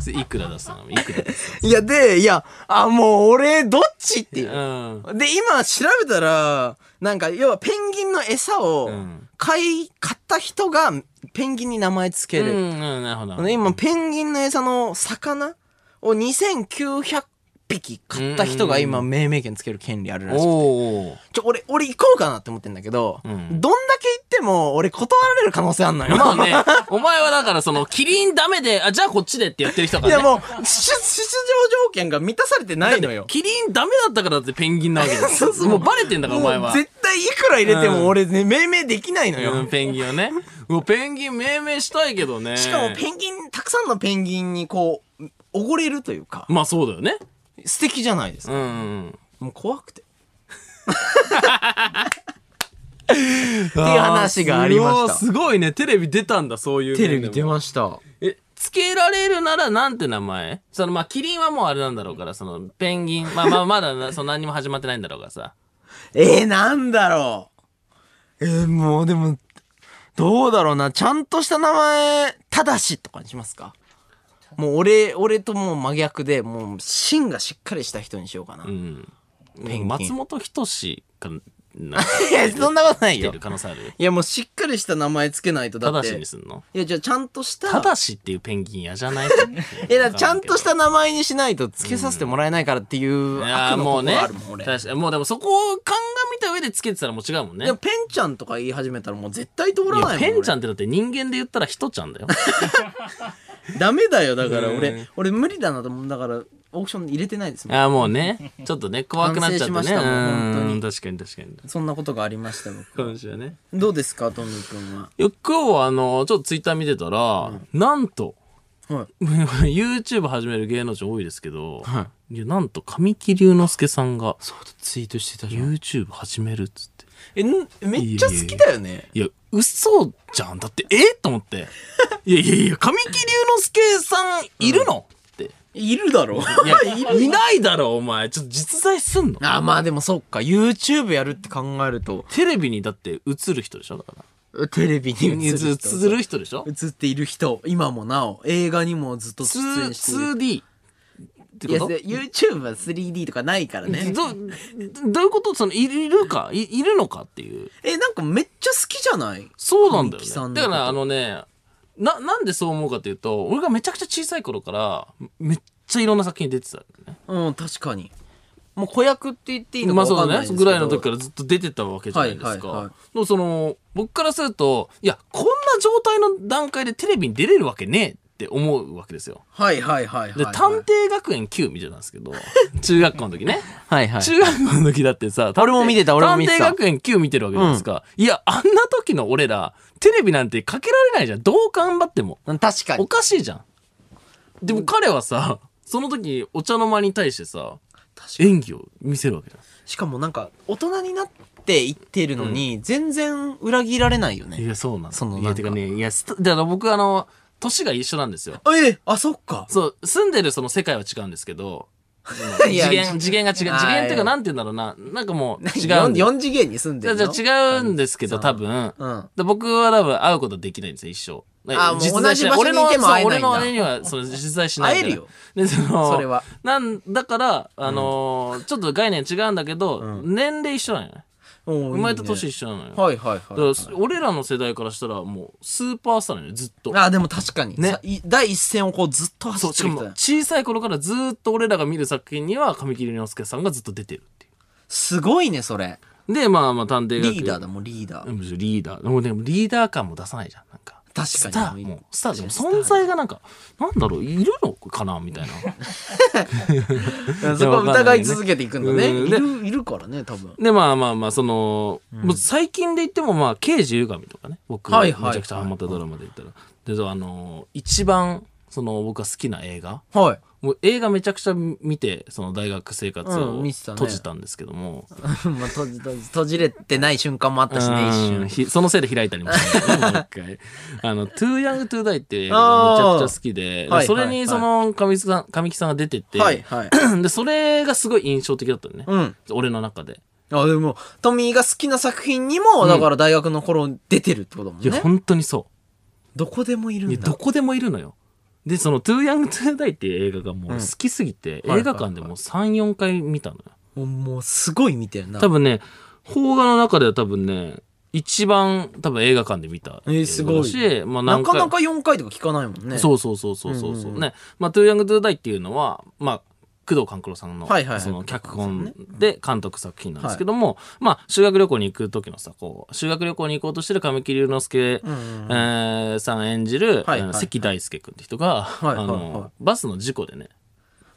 それいくら出すのいくら出す
いや、で、いや、あ、もう俺、どっちっていう。
のうん。
で、今調べたら、なんか、要はペンギンの餌を
ん
買い、買った人がペンギンに名前つけ
うん、
る。
うん、なるほど。
で今、ペンギンの餌の魚を2900匹買った人が今、命名権つける権利あるらしい。
おお。
ちょ、俺、俺行こうかなって思ってんだけど、
うん
どんだけ行っても俺断られる可能性あんのよ。
まあね、 お前はだからその、キリンダメで、あ、じゃあこっちでってやってる人だ
い
から
や、
ね。
もう、出出場条件が満たされてないのよ。
キリンダメだったからだってペンギンなわけだ
そうそう
もうバレてんだからお前
も
は
う。絶対いくら入れて
う
も
ん
俺ね、命名できないのよ。
うん、ペンギンをね。うわペンギン命名したいけどね。
しかもペンギン、たくさんのペンギンにこう、おごれるというか、
まあそうだよね。
素敵じゃないです
う
か。
んうん。
もう怖くて。っていう話がありまし
すごいね。テレビ出たんだ、そういう。
た。テレビ出ました。
え、付けられるならなんて名前そのまあ、キリンはもうあれなんだろうから、そのペンギン、まあまあまだなその何も始まってないんだろうからさ。
えー、なんだろう。えー、もうでも、どうだろうな。ちゃんとした名前、ただしとかにしますかもう俺、俺ともう真逆で、もう芯がしっかりした人にしようかな。
う
い
ん。
ンギン
松本人志が、な、
や、そんなことない
出
よ
る。可能性ある。
いや、もうしっかりした名前つけないと、だ
た
っ
だ
て。
しにすんの
いや、じゃあちゃんとした。
ただしっていうペンギン嫌じゃない
え、だからちゃんとし
い
た名前にしないと付けさせてもらえないからっていう
や
悪
ー
の
もうね
心あるもん、俺。
確かにもうでもそこを鑑みた上でつけてたらもう違うもんね
でもペンちゃんとか言い始めたらもう絶対通らない
い
もん
やペンちゃん
ん
ってだって人間で言ったら人ちゃん だよ
ダメだよだから
う
俺俺無理だなと思うだからオークション入れてないですもん
ああもうねちょっとね怖くなっちゃってね
反省しましたもん本当に
うん確かに確かに
そんなことがありました僕
今週はね
どうですかトミー君はい
や今日はあのちょっとツイッター見てたら、なんと
はい
YouTube 始める芸能人多いですけど、、
はい
やなんと神木隆之介さんが
そうだツイートしてた
YouTube 始めるっつって
えんめっちゃ好きだよね
いや嘘じゃんだってえと思っていやいやいや神木隆之介さんいるの、って
いるだろ。
いや、いないだろ、お前。ちょっと実在すんの
あ、まあでもそっか。YouTube やるって考えると、
テレビにだって映る人でしょだから。
テレビに映
映
る人
映る人でしょ
映っている人、今もなお、映画にもずっと出演している。
2D って
いや、
こと
で YouTube は 3D とかないからね。
どどういうことそのいいるかいいるのかっていう
え、なんかめっちゃ好きじゃない
そうなんだよ
神木さん
ね
のこ
だ
と
からあのねななんでそう思うかというと俺がめちゃくちゃ小さい頃からめっちゃいろんな作品に出てたんだよ
うん、確かに。もう子役って言っていい
ね
の
ま
か
あそう
分か
ん
な
だ
い
ね
んですけ
ぐ
ど、
らいの時からずっと出てたわけじゃないですか、
はいはいはい
でもその僕からするといやこんな状態の段階でテレビに出れるわけねえって思うわけですよ
はいはいはいはい、
で、
はい。
探偵学園9見てたんです けど中学校の時ね
はいはい。
中学校の時だってさ、俺
も見てた俺も見てた
探偵学園9見てるわけじゃないですか。いや、あんな時の俺ら、テレビなんてかけられないじゃん。どう頑張っても。
確か
お
に。
かしいじゃん。でも彼はさ、その時お茶の間に対してさ、
確かに
演技を見せるわけじ
しかもなんか、大人になっていってるのに、全然裏切られないよ
ゃん。い
ね。
や、そうなんだ。
その
いや、てかね、いや、すだから僕あの、年が一緒なんですよ。
え、あ、そっか。
そう、住んでるその世界は違うんですけど、
い
次
や
元、次元が違う。次
あ
元
ー
っていう
いや
か、なんて言うんだろうな。なんかもう、違うん
4
だよ。
次元に住んで
じゃ
る
あ
の
じゃあ違うんですけど、多分、
うん。
で僕は多分会うことできないんですよ、一生。
あーもう
実在し
同じ場所にいても会えないんだ
そう俺の姉には、その実在しないから。
会えるよ
で、その、
それは。
なんだから、あのーちょっと概念違うんだけど、
う
年齢一緒なんよね。
生
生まれた年一緒なのよ。
はいはい
だから
はい。
俺らの世代からしたら、もう、スーパースターなのよ、ずっと。
あ、でも確かに。
ね
ね。第一線をこうずっと走
そう、
っ
してか
る人
も
だよ、
小さい頃からずっと俺らが見る作品には、神木隆之介さんがずっと出てるってい
すごいね、それ。
う。で、まあまあ、探偵学
リーダーだもん、リーダー。
うんリーダー。でもでもリーダー感も出さないじゃん、なんか。ス
確
タ
かに。
ーもうスターでも存在がなんかなんだろういるのかなみたいな
うんそこは疑い続けていくんだね。
うん
いる、いるからね、多分。
でまあまあまあその、もう最近で言ってもまあ刑事歪みとかね僕
は
め
い
ち
はい
ゃくちゃハマったドラマで言ったら、でそうあのー一番その僕が好きな映画
はい。
もう映画めちゃくちゃ見てその大学生活
う
を
ん見てたね
閉じたんですけども、
まあ、閉じ、閉じ、閉じれてない瞬間もあったしね、一
うん
瞬。
ひそのせいで開いたりもしたねもう 一回あの「Too Young to Die」っていう映画がめちゃくちゃ好きで
あーはい
それにその神木さん神木さんが出てて、
はい、はい。
で、それがすごい印象的だったのね。
うん。
俺の中で。
あ、でも、トミーが好きな作品にも、だから大学の頃出てるってことだもん
いや、
ね。
本当にそ。
どこでもいう
い
る
や、
ん
ど
だ。
こでもいるのよ。で、その、トゥーヤング・トゥーダイっていう映画がもう
うん
好きすぎて、
はい
映画館でもう3、4回見たのよ。
もう、もうすごい見てるな。
多分ね、邦画の中では多分ね、一番多分映画館で見た
えーすごい
映画だし、まあ
な
何
か
回
なか4回とか聞かないもんね。
そうそうそうそうそうそう、
うんうん
ね。まあ、トゥーヤング・トゥーダイっていうのは、まあ、工藤官九郎さんの、
はいはいはい
その脚本で監督作品なんですけども、まあ、修学旅行に行く時のさ、こう、修学旅行に行こうとしてる神木隆之介
うんうん。
えーさん演じる、
はいはい
あの関大輔君って人が、
いはい
あ
はい
のバスの事故でね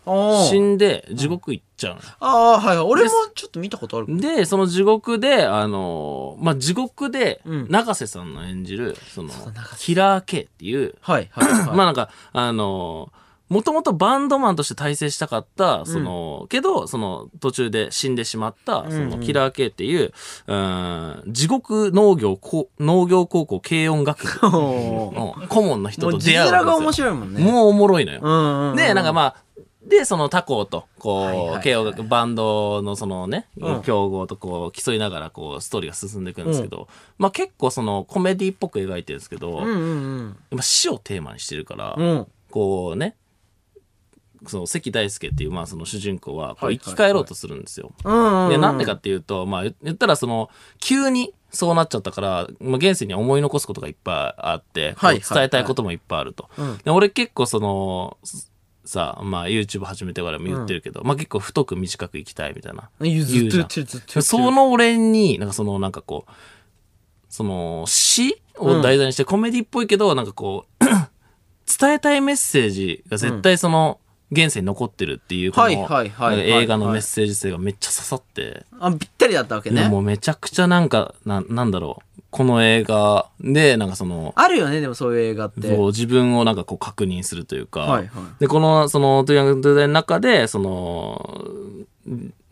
あ
死
ー
んで地獄行っちゃうの、
あー、はいはい。俺もちょっと見たことある。
でその地獄であのーまあ地獄で、
うん
永瀬さんの演じるその
そうだ永瀬
キラー K っていう、
はいはいはい。
まあなんかあのもともとバンドマンとして大成したかった、その、けど、その、途中で死んでしまった、そ
うんう
の、
ん
キラー K っていう、うーん、地獄農業こ、農業高校軽音楽部
おー
の顧問の人
も
と
う字
出会うわけですよ。
面が面白いもんね。
もうおもろいのよ。
うんうん。
で、なんかまあ、で、その他校と、
はいはい
こ
は
う、
い
慶応学バンドのそのね
うん、
競合とこう、競いながら、こう、ストーリーが進んでいくんですけど、まあ結構その、コメディっぽく描いてるんですけど、
う
ま
んうん
あ死をテーマにしてるから
う、ん。うん。
こうね、その関大輔っていう、まあその主人公は、こ
は
う
いはいはい
生き返ろうとするんですよ。
うんうん。
で、なんでかっていうと、まあ言ったらその、急にそうなっちゃったから、まあ現世には思い残すことがいっぱいあって、こう
はいはいはい
伝えたいこともいっぱいあると。
うん。
で俺結構そのすさまあ YouTube 始めてからも言ってるけど、まあ結構太く短く生きたいみたいな
言うずっ
言
と
うじゃ
言っ
ん
てるずっと言ってる。
その俺になんかそのなんかこうその詩を題材にしてコメディっぽいけど、なんかこう 伝えたいメッセージが絶対その、現世に残ってるっていうこの
はいはいはいはい
映画のメッセージ性がめっちゃ刺さって、
あ、ぴったりだったわけ
で
ね
も。うめちゃくちゃなんかななんだろうこの映画でなんかその
あるよね、でもそういう映画って。
そう自分をなんかこう確認するというか、
はいはい
でこのその「トゥ・ヤング・トゥ・ダイ」の中でその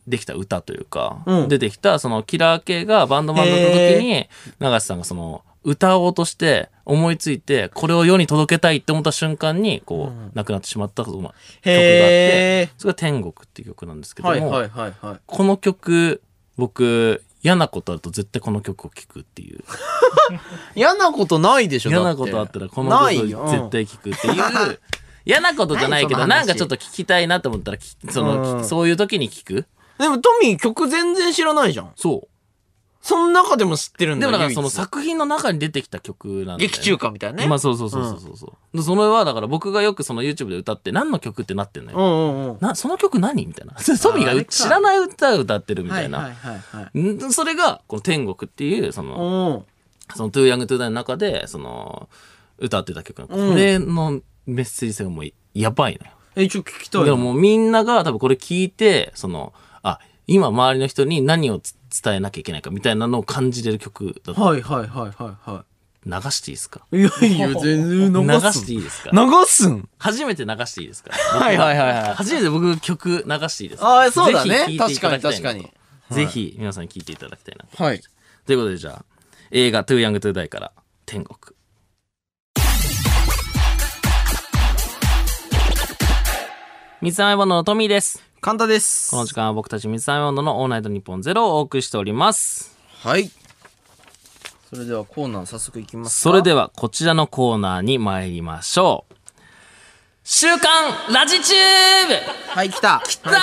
できた歌というか、
うん
出てきたそのキラー系がバンドマンだった時に永瀬さんがその歌おうとして思いついてこれを世に届けたいって思った瞬間にこう亡くなってしまった曲があって
へえ。
それが「天国」っていう曲なんですけども、
はいはいはいはい。
この曲僕嫌なことあると絶対この曲を聴くっていう
嫌なことないでしょ
嫌なことあったらこの曲を絶。対聴くっていう 嫌なことじゃないけど
何その
な
話
んかちょっと聞きたいなと思ったらきその、
うん
そういう時に聴く
だってうんでもトミー曲全然知らないじゃん。
そ
その中でも知ってる
うんでも
だ
だから
唯一
その作品の中に出てきた曲なんで、
劇中歌みたいなね。
まあそうそうそうそうそうそう、でそれはだから僕がよくその YouTube で歌って何の曲ってなってんのよ、
うんうんうん。
なその曲何みたいな ソミ
あ
が
れか
知らない歌を歌ってるみたいな、
はいはいはいはい。
んそれがこの「天国」っていうその
お
その Too Young to Die の中で、その、歌ってた曲の、こ
うん
れのメッセージ性がもうやばいのよ。
え、一応聞き
だ
たいな。
からもうみんなが多分これ聞いて、その、あ、今周りの人に何をつ伝えなきゃいけないかみたいなのを感じれる曲だと
はいはいはいはいは
流していいですか
い。いやいや、全
流
然流す
して
ん。
いいですか
流すん
初めて流していいですか
はいはいはいはい
初めて僕曲流していいですか
ああ、そうだ
ぜ
ね。
ひ聴いてい
確
た
か
だ
に
きたいな
確かに。
とぜひ皆さんに聞いていただきたいなと。
はい。
ということでじゃあ、映画 Too Young to Die から天国。三つ編ボンドのトミーです。
簡単です。
この時間は僕たち三つ編ボンドのオールナイトニッポンゼロをお送りしております。
はい。それではコーナー早速いきますか
それではこちらのコーナーに参りましょう。週刊ラジチューブ
はい、来た。来た
だ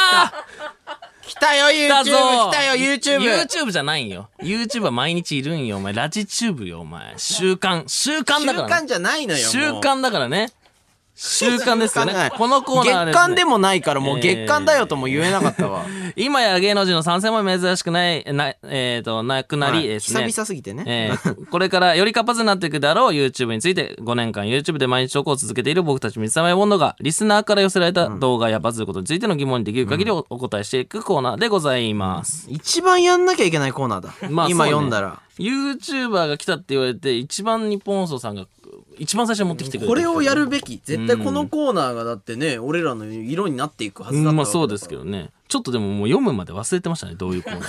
来たよ、YouTube!
ー来たぞ
来たよ、YouTube!
YouTube じゃないよ。YouTube は毎日いるんよ、お前。ラジチューブよ、お前。週刊。週刊
週
だからな
刊じゃないのよ。もう
週。刊だからね。週刊です よね
週刊。
このコーナー
月間でもないから、
え
もう
ー
月間だよとも言えなかった わ。
今や芸能人の参戦も珍しくない、な、えっ、と、なくな
は
り
い
ですね。
久々すぎてね。
えーこれからより活発になっていくだろう YouTube について5年間 YouTube で毎日投稿を続けている僕たち三つ目ボンドがリスナーから寄せられた動画やバズることについての疑問にできる限りおお答えしていくコーナーでございます。
一番やんなきゃいけないコーナーだ。
まあ
今
そうね
読んだら。
YouTuber が来たって言われて一番日本放送さんが一番最初に持ってきてくれた
これをやるべき。絶対このコーナーがだってね、俺らの色になっていくはずだったわけだから。
まあそうですけどねちょっとでももう読むまで忘れてましたねどういうコーナー か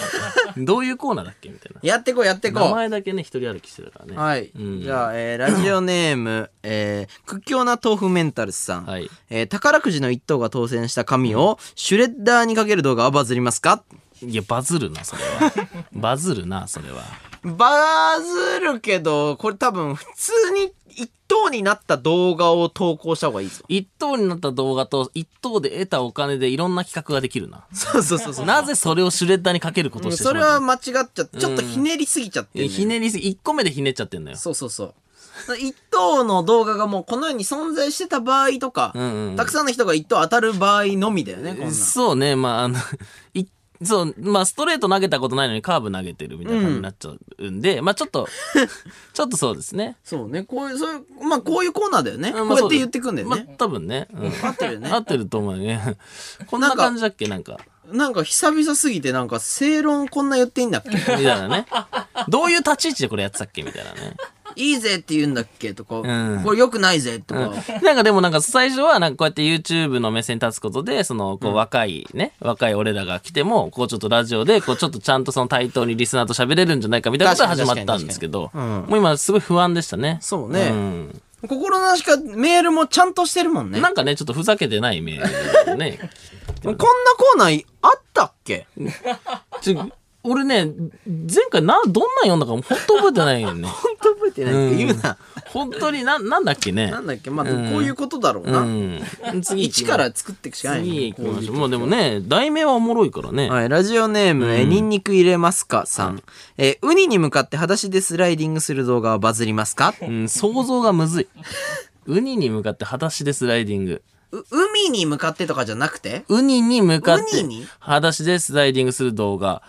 どういうコーナーだっけみたいな
やってこう、やってこ
名
う。
前だけね一人歩きしてるからね
はい。
うん
じゃあ、えーラジオネーム、えー、屈強な豆腐メンタルさん。
はい
えー宝くじの一等が当選した紙をシュレッダーにかける動画はバズりますか
いやバズるなそれはバズるなそれは。
バズるけど、これ多分普通に一等になった動画を投稿した方がいいぞ
一等になった動画と一等で得たお金でいろんな企画ができるな
そうそうそうそう。
なぜそれをシュレッダーにかけることをしてしま
そ
ったの
れは間違っちゃって、ちょっとひねりすぎちゃって
い
る、
やひねりすぎ1個目でひねっちゃってんのよ
そうそうそう。一等の動画がもうこのように存在してた場合とか、
んうんうん
たくさんの人が一等当たる場合のみだよね、こんなん。
そうね、まあ、あの、い、そう、まあ、ストレート投げたことないのにカーブ投げてるみたいな感じになっちゃうんで、まあ、ちょっと、ちょっとそうですね。
そうね、こういう、そういう、まあこういうコーナーだよね。
うん
こ
まあ
うやって言ってくんだよ
まあ
ね。、
多分ね。うん
合ってるよね
合ってると思うよね。こんな感じだっけなんか。
なんか久々すぎて、なんか正論こんな言っていい んだっけ
みたいな ね。どういう立ち位置でこれやってたっけみたいなね。
いいぜって言うんだっけとか、
うん
これ良くないぜとか。
なんかでもなんか最初はなんかこうやって YouTube の目線に立つことで、その、こう若いね、若い俺らが来ても、こうちょっとラジオで、こうちょっとちゃんとその対等にリスナーと喋れるんじゃないかみたいなことが始まったんですけど、
確かに確かに
も
う
う今すごい不安でしたね。
そうね
ん
心なしかメールもちゃんとしてるもんね。
な
こ
んかね、ちょっとふざけてないメール ね。
んなコーナーあったっけ
ちょ俺ね、前回な、どんなん読んだか本当覚えてないよね。
本当覚えてないって言うな。
本当にな、なんだっけね
な。んだっけまあ、こういうことだろう
う
な。
ん。次行き
一
ま
から作っていくしかないね。
次行きましょう。
こ
もうでもね、題名はおもろいからね。
はい、ラジオネーム、えニンニク入れますかさん。えーウニに向かって裸足でスライディングする動画はバズりますか
うん、想像がむずい。ウニに向かって裸足でスライディング。
う海に向かってとかじゃなくて
ウニに向かって
ウニに
裸足でスライディングする動画。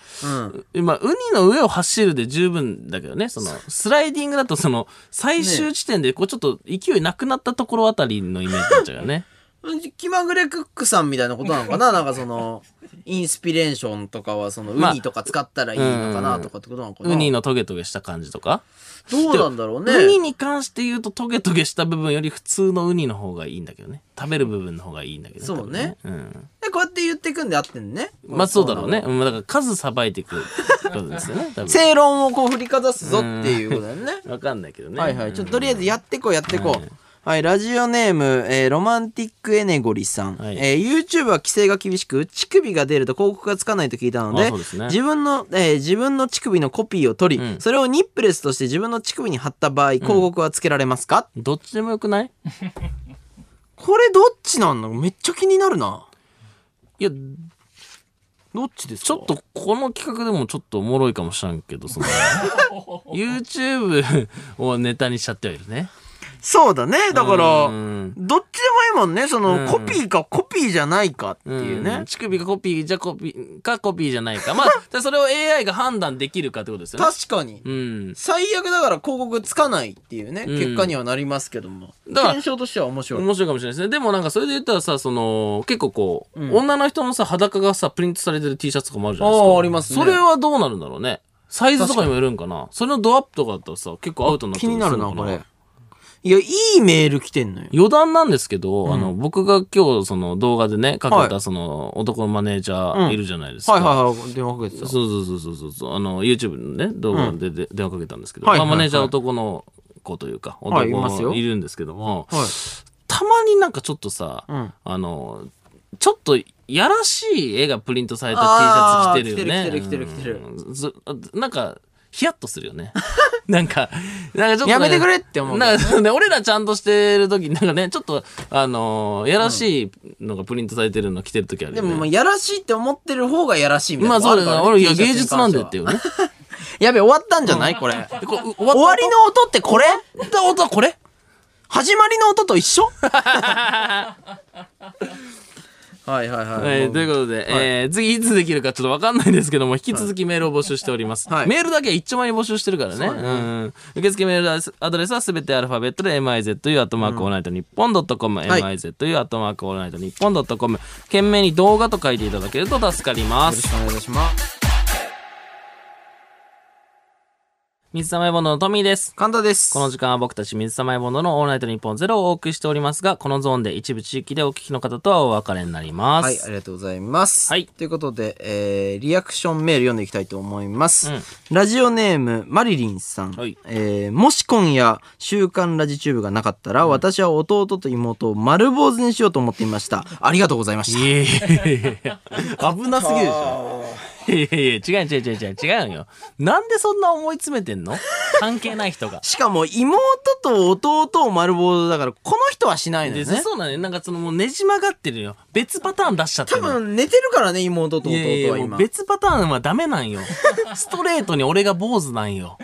うん。
まあ、ウニの上を走るで十分だけどね、その、スライディングだとその、最終地点で、こうちょっと勢いなくなったところあたりのイメージになっちゃう からね。
気まぐれクックさんみたいなことなの かななんかその、インスピレーションとかは、その、
まあ
ウニとか使ったらいいのかなとかってことなのかな、
ウニのトゲトゲした感じとか。
どうなんだろうね。
ウニに関して言うとトゲトゲした部分より普通のウニの方がいいんだけどね。食べる部分の方がいいんだけど
そうね
多分うん。
でこうやって言ってくんであってんね。
まあそうだろうね。
こ
うん、だから数さばいていくことです よね、多分。
正論をこう振りかざすぞっていうことだよね。
わかんないけどね。
はいはい。ちょっととりあえずやってこうやってこう。
は
はい
い
ラジオネーム、えーロマンティックエネゴリさん、
はい
えー YouTube は規制が厳しく乳首が出ると広告がつかないと聞いたの
あ
で
そうですね
自分の、えー自分の乳首のコピーを取り、
うん
それをニップレスとして自分の乳首に貼った場合広告はつけられますか、
どっちでもよくない
これどっちなんのめっちゃ気になるない
や、
どっちですか
ちょっとこの企画でもちょっとおもろいかもしらんけ ど、その、YouTube をネタにしちゃってはいるね。
そうだねだからど
う
っち
ん
でもいいもんねその、
うん
コピーかコピーじゃないかっていうね、
ん乳首がコピーじゃコピーかコピーじゃないか。まあ、でそれを AI が判断できるかってことですよね。
確かに、
うん。
最悪だから広告つかないっていうね、
うん
結果にはなりますけども
だから
検証としては面白い、
面白いかもしれないですね。でもなんかそれで言ったらさ、その、結構こう、
うん
女の人のさ、裸がさ、プリントされてる T シャツとかもあるじゃないです
あ
か。
ーありますね
それはどうなるんだろうね。サイズとかにもよるんかな。それのドアップとかだったらさ、結構アウトになって
気になるな
すの
こ
か
れいやいいメール来てんのよ
余談なんですけど、あの、僕が今日その動画でね、かけ
は
たその男のマネージャ
うん
ーいるじゃないですか。
はいはいはい電話かけてた
そうそうそうそうそう。あの、YouTube のね、動画でで、電話かけたんですけど、
はい
まあ
はい
マネージャー
はい
男の子というか、
は
男
いいますよ
いるんですけども、
はい
たまになんかちょっとさ、
うん
あの、ちょっと、やらしい絵がプリントされた T シ
あー
ャツ着てるよね。
着てる着てる着てる着てる
うんずなんか、ヒヤッとするよね。 なんか、なんかちょっとね、
やめてくれって思う
なんかね、俺らちゃんとしてる時になんかね、ちょっと、あのやらしいのがプリントされてるの着てる時ある
で
よね。
もまあやらしいって思ってる方がやらしいみた
ま
いな
あ
のも
そ
あ
うだ
る
よな。
からね
俺、い
T
や芸
シャツに
術な
関
ん
して
だ
は
よっていうね。
やべ終わったんじゃないこれ終
こう
わりの音ってこれ
終わった音はこれ
始まりの音と 一緒はいはいは
はい、ということで、えー次いつできるかちょっとわかんないんですけども、引き続きメールを募集しております。
はい
メールだけは一丁前に募集してるからね。うん受付メールアドレスアドレスはすべてアルファベットで mizu アットマークオールナイトニッポンドットコム、
はい
mizu アットマークオールナイトニッポンドットコム、懸命に動画と書いていただけると助かりま
よろ
す
し。くお願いいたします
水溜りボンドのトミーです。
神田です
この時間は僕たち水溜りボンドのオールナイトニッポンゼロをお送りしておりますが、このゾーンで一部地域でお聞きの方とはお別れになります。
はい、ありがとうございます。
はい
ということで、えー、リアクションメール読んでいきたいと思います。
うん
ラジオネーム、マリリンさん。
はい
えーもし今夜、週刊ラジチューブがなかったら、私は弟と妹を丸坊主にしようと思っていました。ありがとうございました。
いやいやいやいや危なすぎるでしょ。いやいやいや、違う違う違う違う違うよ。なんでそんな思い詰めてんの関係ない 人が。
しかも、妹と弟を丸坊主だから、この人はしないの
で
よね。
そうなのよ。なんかそのもうねじ曲がってるよ。別パターン出しちゃって
多
る のよ。
分、寝てるからね、妹と
い
弟
やいや
はい
やも
今。
う別パターンはダメ なんよ。ストレートに俺が坊主なんよ。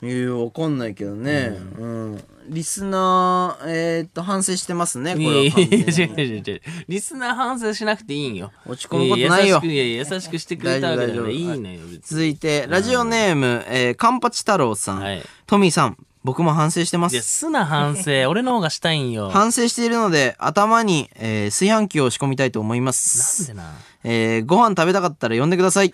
いや、わかんないけどね。うん。リスナー、えー、っと、反省してます ね、こ
い
れ
や
はい
や
完全
い
に。
や違う違う違う。リスナー反省しなくていいんよ。
落ち込むことない
や優し
よ
くいや優しくしてくれたわけだからい
大
い
丈夫大丈夫
のよ、別に。
続いてラジオネーム、えー、カンパチ太郎さん、
はい
トミーさん僕も反省してま
いや、
す
素な反省。俺の方がしたいんよ。なん
反省しているので頭に、えー炊飯器を仕込みたいと思います
でな。
えー、ご飯食べたかったら呼んでください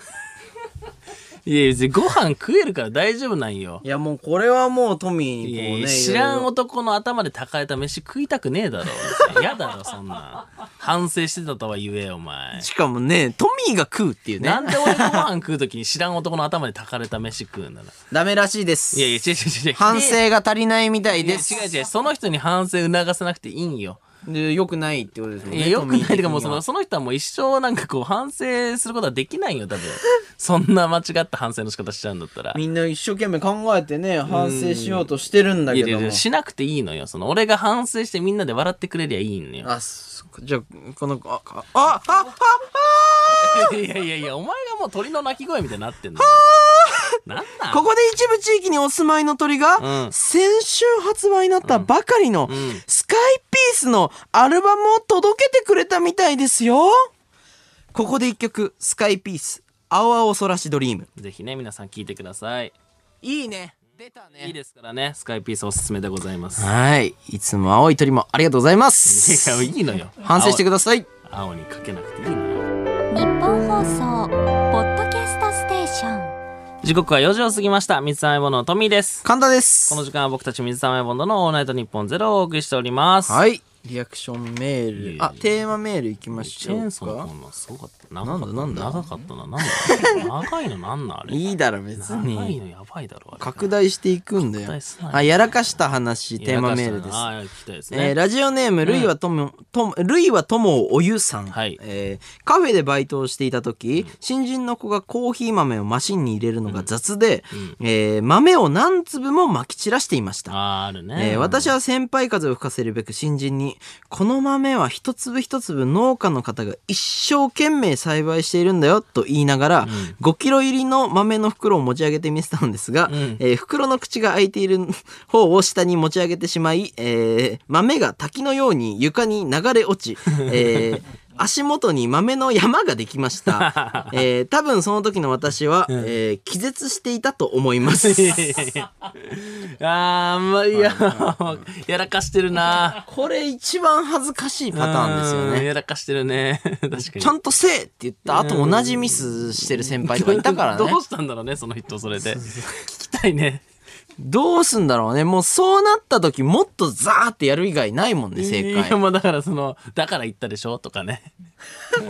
いや、別にご飯食えるから大丈夫なんよ。
いやもうこれはもうトミー
い
に
や
こう
い
ね
や知ら
い
ん
ろいろ
男の頭で炊かれた飯食いたくねえだろ。やだろ、そんなん。反省してたとは言えよ、お前。
しかもねトミーが食うっていうね
なんで俺ご飯食うときに知らん男の頭で炊かれた飯食うんだな。
ダメら しいです
いやいや、違う違う違う。
反省が足りないみたい
いや
です
違う違う。その人に反省促さなくていいんよ。
でよくないってことですもん
い
ね
や、よくない
ト
と
ミー的
いう
に
か
は
もうその、その人はもう一生なんかこう反省することはできないよ、多分。そんな間違った反省の仕方しちゃうんだったら。
みんな一生懸命考えてね反省しようとしてるんだ
い
け
やい
ど
や
も
いや、しなくていいのよ。その、俺が反省してみんなで笑ってくれりゃいいのよ。
あそっかじゃあこのあああああ
いやいやいや、お前がもう鳥の鳴き声みたいになってんだよ。なんなん
ここで一部地域にお住まいの鳥が、
うん
先週発売になったばかりの
ん、
スカイピースのアルバムを届けてくれたみたいですよ。ここで一曲、スカイピース、青々空しドリーム。
ぜひね、皆さん聞いてください。
いいね。出たね。
いいですからね、スカイピースおすすめでございます。
はい。いつも青い鳥もありがとうございます
い。や、いいのよ。
反省してください。
青青にかけなくていいのよ。
日本放送ポッドキャストステーション
時刻は4時を過ぎました。水溜りボンドのトミーです。
神田です
こ。の時間は僕たち水溜りボンドのオールナイトニッポンゼロをお送りしております。
はい。リアクション
い
メ
や
ー
い
ル。
や
あ、テーマメールいきまし
チ
ょ
ェー
う
ンソーの
か
コ。ーナーすごかった。
んだなんだ
長かったな。なんだ長いのなんなんあれ。
いいだろ、別
長い
に。
のやばいだろ。あれ
拡大していくんだよ
拡大す。な
あ、やらかした話、テーマメールです。
ああ、聞きたいです
えー
ね。
ラジオネーム、ルイはとも、とも、ルイはともおゆさん。
はい
えーカフェでバイトをしていた時、新人の子がコーヒー豆をマシンに入れるのが雑で、えー豆を何粒も撒き散らしていました。
あーあるね。
えー私は先輩風を吹かせるべく新人に、この豆は一粒一粒農家の方が一生懸命栽培しているんだよと言いながら、5キロ入りの豆の袋を持ち上げてみせたんですが、えー袋の口が開いている方を下に持ち上げてしまい、えー豆が滝のように床に流れ落ち、えー足元に豆の山ができました。えー多分その時の私は、えー気絶していたと思います。
あーまあ、いや、やらかしてるな。
これ一番恥ずかしいパターンですよ
うん
ね。
やらかしてるね。確かに。
ちゃんとせえって言った後同じミスしてる先輩とかいたからね
ど。うしたんだろうね、その人、それで。聞きたいね。
どうすんだろうね。もうそうなった時もっとザーってやる以外ないもんね、正
いや、
解。
まあだからその、だから言ったでしょとかね。
い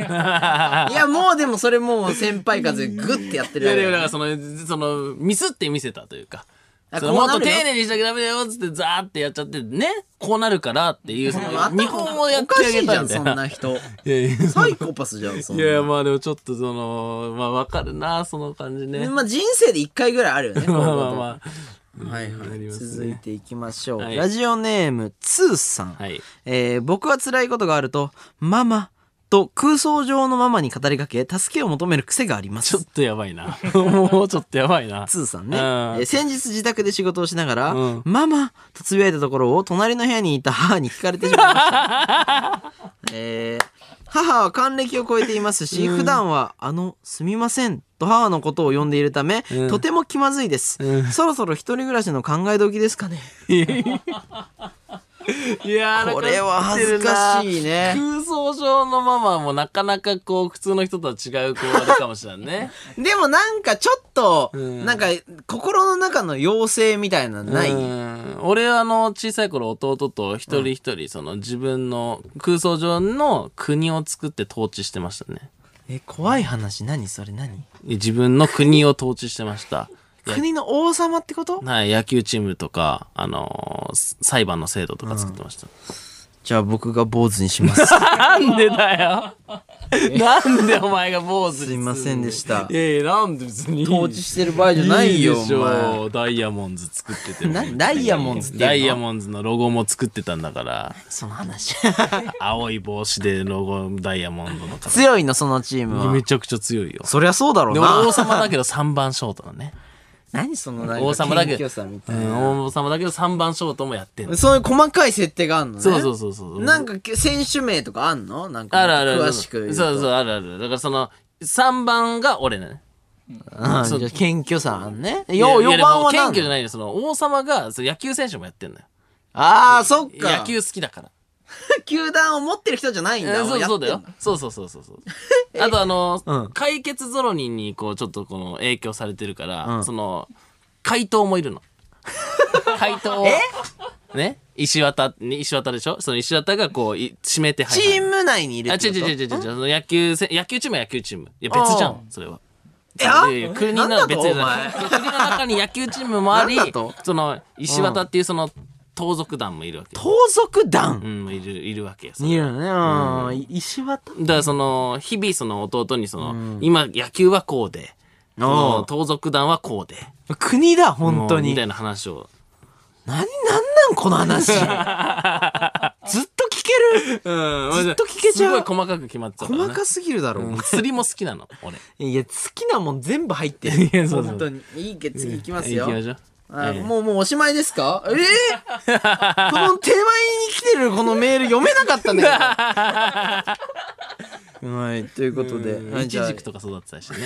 や、もうでもそれもう先輩風グッてやって
い
るだ
や
け
いや
だ
だか
か
ららその、その、ミスって見せたというか。
あ
その
こ
も
う
っ
なるよ
と丁寧にしなきゃダメだよっつってザーってやっちゃってねこうなるからっていうその日本をやってあげたみたい
お
な
かしいじゃん、そんな人。
いやいや
サイコパスじゃん、そん
い
な。
やまあでもちょっとそのまあわかるなその感じね
まあ人生で一回ぐらいあるよね。こういう
ま
こ
あまあ
と
ま
はいは
あり
い。
ますね
続いていきましょう。
はい
ラジオネーム、ツーさん。
あはい
えー僕は辛いことがあると、ママと空想上のママに語りかけ、助けを求める癖がありま
ちょっ
す。
とやばいなもうちょっとやばいな
つーさんね、
うん
えー先日自宅で仕事をしながら、
うん
ママとつぶやいたところを隣の部屋にいた母に聞かれてしまいま した、えー母は還暦を超えていますし、普段は「あのすみません」と母のことを呼んでいるため、
うん
とても気まずいです、
うん
そろそろ一人暮らしの考え時ですかね
いや
これは恥ずかしいね
空想上のママもなかなかこう普通の人とは違うこうあれかもしれないね
でもなんかちょっと、
うん
なんか心の中の妖精みたいなの ない、
うん俺はあの小さい頃弟と一人一人その自分の空想上の国を作って統治してましたね
え怖い話何それ何
自分の国を統治してま したや
国の王様ってこと
はい、野球チームとか、あのー裁判の制度とか作ってました。
じゃあ僕が坊主にし ます
なんでだ よなんでお前が坊主に
すいませんでした
ええなんで別に。
統治してる場合じゃないよ
いでし
お前
ょダイヤモンズ作ってても
なダイヤモンズっていうの
ダイヤモンズのロゴも作ってたんだから
その話
青い帽子でロゴダイヤモンドの方
強いのそのチームは
めちゃくちゃ強いよ
そりゃそうだろう
で俺王
な
様だけど3番ショートだね、
何そのなんか
王様だけ
謙虚さみ
う、
たいなん
王様だけど3番ショートもやってんの
そういう細かい設定があんのね
そうそうそうそう
なんか選手名とかあんのなんか
あるあるある
詳しく言うと
そうそうあるあるだからその3番が俺なのね
うん
そう
じゃあ謙虚さあんね
いや
よ
いや
4番は
でも謙
何
虚じゃないよその王様がその野球選手もやってんのよ
ああそっか
野球好きだから
球団を持ってる人じゃないん
え
だ。
そうそうだよそうそうそうそう そうあとあの、
うん
解決ゾロリンにこうちょっとこの影響されてるから、
うん
その怪盗もいる の怪盗をね石渡石渡でしょその石渡がこうい締めて入
チ
る
ーム内にいる
あ、
って
違う
こと
違う違う違う違う、その野球せ、野球チームは野球チーム。いや、別じゃ
あ
ん、それは。
えあ
いやいや国
なんだ
の
と
別じゃ
お
ない
前
国の中に野球チームもあり
なんだと、
その石渡っていうその盗賊団もいるわけ。
盗賊
う
団
ん、いる、いるわけよ。そ
にい
れ
るのね。うん。石渡
だからその、日々その弟にその、今野球はこうで、その盗賊団はこうで、
国だ、本当
もうみ
に。
たい
何、
な話を。
なんなんこの 話。ずっと聞ける。
うん、
ずっと聞けちゃ
す
う
ごい細かく決まっちゃうからね。
細かすぎるだろ。
うん釣りも好きなの、俺。
いや、好きなもん全部入ってる。
やそうそう
本当に。いいけ、次行きます
行き。
よ
ましょう。
あ
ええ
もう、もうおしまいですか ええこの手前に来てるこのメール読めなか ったんだけど。はい、ということで。はい
い
じ
ち
ゃあ
じくとか育ってたしね。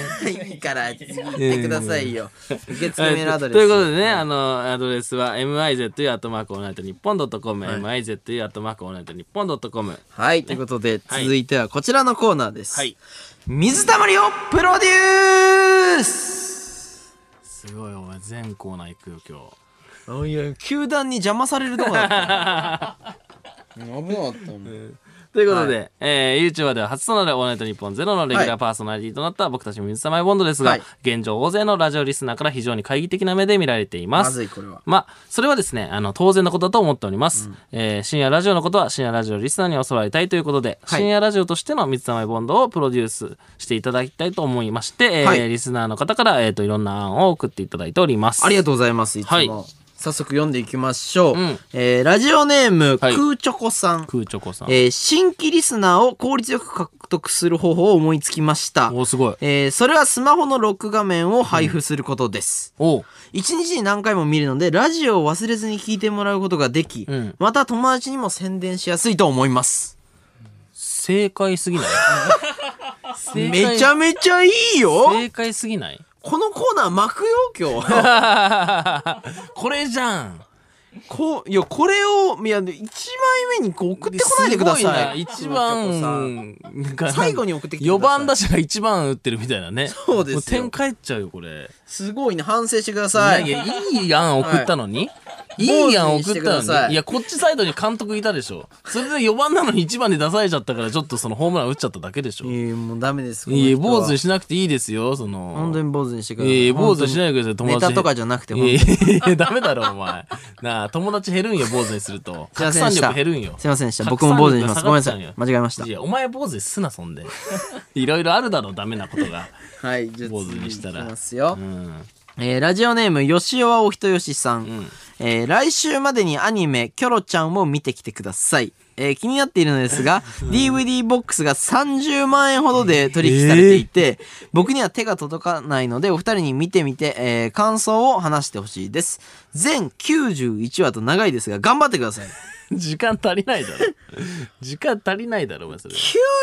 いいから、次行ってくださいよ。受付メールアドレス。
ということでね、あの、アドレスは mizu.onightnippon.com、
い
mizu.onightnippon.com。
はい、ということで、
はい
続いてはこちらのコーナーです。
はい。
水たまりをプロデュース
すごい、お前、全コーナー行くよ、
あいや、球団に邪魔されるとこだった。危なかったもん
ということで、えー、YouTube では初となるオールナイトニッポンゼロのレギュラーパーソナリティとなった僕たち水溜りボンドですが、
はい
現状大勢のラジオリスナーから非常に懐疑的な目で見られています。
まずいこれは
まあ、それはですね、あの、当然のことだと思っております。えー深夜ラジオのことは深夜ラジオリスナーに教わりたいということで、
はい
深夜ラジオとしての水溜りボンドをプロデュースしていただきたいと思いまして、えー
はい
リスナーの方から、えっ、と、いろんな案を送っていただいております。
ありがとうございますいつも、
はい
早速読んでいきましょう、
うん
えーラジオネーム、
はい
クーチョコさん
空チョコさん。
えー新規リスナーを効率よく獲得する方法を思いつきました
お、すごい。
えーそれはスマホのロック画面を配布することです、
おう
一日に何回も見るのでラジオを忘れずに聞いてもらうことができ、
うん
また友達にも宣伝しやすいと思います
正解すぎない正解
めちゃめちゃいいよ
正解すぎない
このコーナー巻くよ今日
これじゃん
こういやこれをいや1枚目にこう送ってこないでください
すごな一番が
最後に送ってきてくださ
4
い
番打者が一番打ってるみたいなね
そうですよ
も点返っちゃうよこれ、
すごいね反省してくだ
い
さ
や
い
いやいい案送ったのに、い、い案送
坊主にして
っ
くだ
たの
さい
にいやこっちサイドに監督いたでしょそれで4番なのに1番で出されちゃったからちょっとそのホームラン打っちゃっただけでしょい
いやもうダメですこの人は
や坊主にしなくていいですよその
本当に坊主にしてください
ええ坊主にしないでください、
本当
友
にネ
達。
タとかじゃなくて本当
え
に
えダメだろ、お前。なあ、友達減るんよ、坊主にすると。
すい
拡
ませんで
散
した
力減るんよ。
すいませんでした僕も坊主にしますごめん
拡散力が下がっ
なさ
ちゃう
い
んよ
間違えました
いや、お前坊主にすな、そんで。 いろいろあるだろ、ダメなことが。
はいじゃあ
坊主にした
次
ら
いきますよ、
うん。
えーラジオネーム吉尾はおひとよしさん、
ん
えー来週までにアニメ「キョロちゃん」を見てきてください、えー気になっているのです が、DVD ボックスが30万円ほどで取引されていて、僕には手が届かないのでお二人に見てみて、えー感想を話してほしいです全91話と長いですが頑張ってください
時間足りないだろ。時間足りないだろ、お前、それ。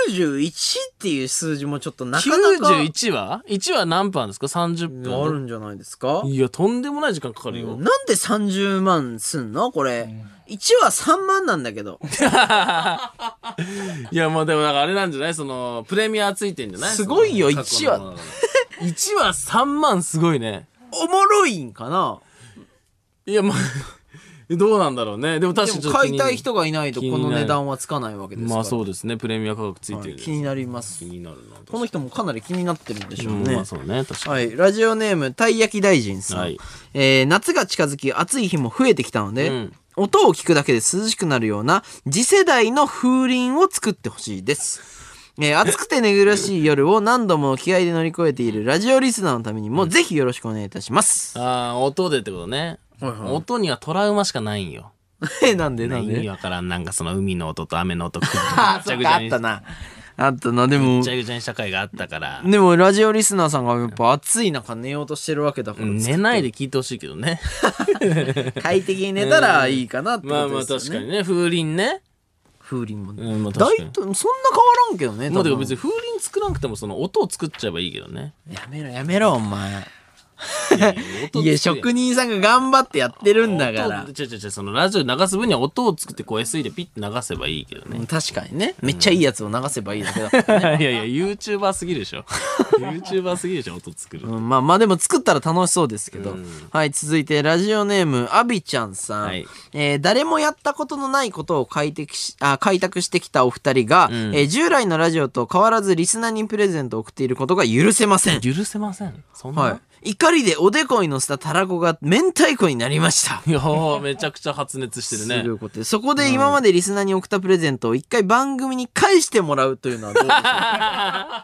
91っていう数字もちょっとなかなか
91話 ?1 話何分あるんですか ?30
ある
分。
んじゃないですか
いや、とんでもない時間かかるよ。
なんで30万すんのこれ。1は3万なんだけど。
いや、まあでも、なんかあれなんじゃないその、プレミアついてんじゃない
すごいよ
その過去の
一話
ものだから一話3万すごいね。
おもろいんかない
や、まあ、 どうなんだろうね。でも
で
確かにちょ
も
っと気
買
に
いたい人がいないと
気に
こ
なる
の値段はつかないわけですから。
まあそうですね。プレミア価格ついてる、
気になります
気。になるな。
この人もかなり気になってるんでしょう
うん
ね。
まあそうね。確かに。
はい、ラジオネームたい焼き大臣さん、
はい
えー夏が近づき暑い日も増えてきたので、
うん
音を聞くだけで涼しくなるような次世代の風鈴を作ってほしいです、えー暑くて寝苦しい夜を何度も気合で乗り越えているラジオリスナーのためにも、ぜひよろしくお願いいたします、
ああ、音でってことね。
はいはい
音にはトラウマしかないんよ。
えなん で
な
なんん
か意味
で
わからん。なんかその海の音と雨 の音、ぐち
あ
ゃ
そっ
ぐち
か
ゃ
あっ
に、
た
ぐ
なあったなでも
ちゃぐちゃに社会があったから。
でもラジオリスナーさんがやっぱ暑い中寝ようとしてるわけだから、
寝ないで聞いてほしいけど ね。
快適に寝たらいいかなってこ
まあま
と
あ
です
確か
よね、
にね。風鈴ね。
風鈴もね、
うん、まあ
大
確かに。
体そんな変わらんけどね。
まあ
多
でも
分
別に風鈴作らなくてもその音を作っちゃえばいいけど ね。
やめろやめろお前。
いやいや音作
い
れ
や職人さんが頑張ってやってるんだから
音。違う違う違うそのラジオ流す分には音を作ってこう SE でピッて流せばいいけどね。
確かにね。めっちゃいいやつを流せば いいだけだ。
いやいや、YouTuber すぎるでし ょ。YouTuber すぎるでしょ、音作る。
うんまあまあでも作ったら楽しそうですけど、はい続いてラジオネームあびちゃんさん、
はい
えー誰もやったことのないことを開拓しあ開拓してきたお二人が、えー従来のラジオと変わらずリスナーにプレゼントを送っていることが許せません、
許せません。そんな。
はい、怒りでおでこに乗せたたらこが明太子になりました
い、やー、めちゃくちゃ発熱してるね。
すごいことですそこで今までリスナーに送ったプレゼントを一回番組に返してもらうというのはどう でしょうか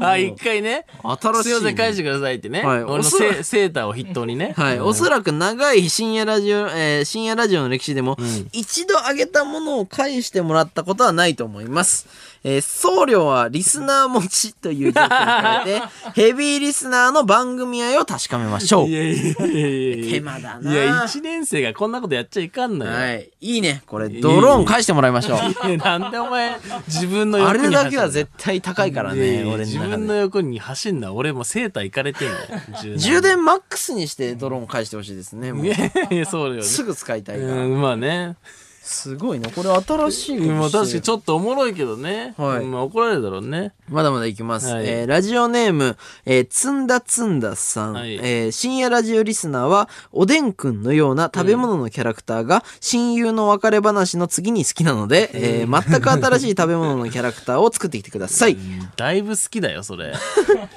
あ、一回ね。
新し
す
い
い
ね
ません、返してくださいってね。
はい
俺の
おそら
セセーターを筆頭にね。
はい、おそらく長い深夜ラジオ、えー深夜ラジオの歴史でも、一度あげたものを返してもらったことはないと思います。えー送料はリスナー持ちという条件を変え て、ヘビーリスナーの番組愛を確かめましょう
い。やいやいやいやいや。
手間だない
や、一年生がこんなことやっちゃいかんのよ。
はい。いいね。これ、ドローン返してもらいましょう。
いやなんでお前、自分の
あ
欲に走
れ
んの
だけは絶対高いから
いやい
ね、
や
俺
自
の中
分の
で。
横に走んな。俺もうセーター行かれてんのよ。
充電マックスにしてドローン返してほしいですね。もう
いやいやそうだよね。
すぐ使いたいから。
うん、まあね。
すごいな。これ新しいことしてる
まあ確かにちょっとおもろいけどね。
はい
うんまあ怒られるだろうね。
まだまだいきます。
はい
えーラジオネーム、えーつんだつんださん、
はい
えー深夜ラジオリスナーは、おでんくんのような食べ物のキャラクターが、親友の別れ話の次に好きなので、えー全く新しい食べ物のキャラクターを作ってきてください。
だいぶ好きだよ、 それ。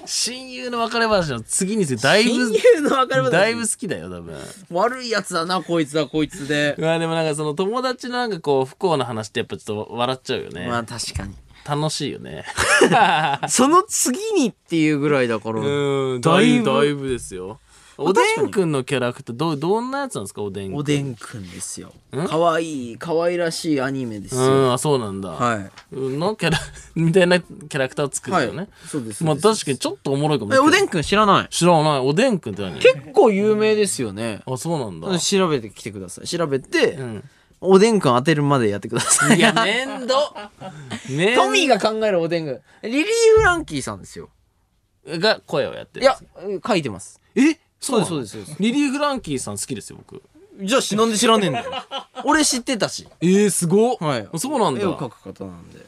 親友の別れ話の次について、だいぶ、
の別
だいぶ好きだよ、多分。
悪いやつだな、こいつはこいつで。
まあでもなんかその友達のなんかこう不幸な話ってやっぱちょっと笑っちゃうよね。
まあ確かに。
楽しいよね。
その次にっていうぐらいだから、
うん、
だ
だ
い
い
ぶ
ぶ、だいぶですよ。おでんくんのキャラクター、どう、どんなやつなんですか、おでんくん。
おでんくんですよ。可愛い可愛らしいアニメです
う
よ。
ん、あ、そうなんだ。
はい。
うんのキャラ、 みたいなキャラクターを作るよね。
はいそうです
まあ
そうです
確かにちょっとおもろいかも
え、おで
ん
んくん知らない
知らない。おでんくんって何
結構有名ですよね。
あ、そうなんだ。
調べてきてください。調べて、
うん。
おでんくん当てるまでやってください。
いや、めん ど。めん
トミーが考えるおでんくん。リリー・フランキーさんですよ。
ーが声をやって
い
る。
や、書いてます。
え
そうです
なの
そうですそう
リリー・フランキーさん好きですよ、僕。
じゃあ、なんで知らねえんだよ。 俺知ってたし。
えー、すごっ
はい。
そうなんだ。
絵を描く方なんで。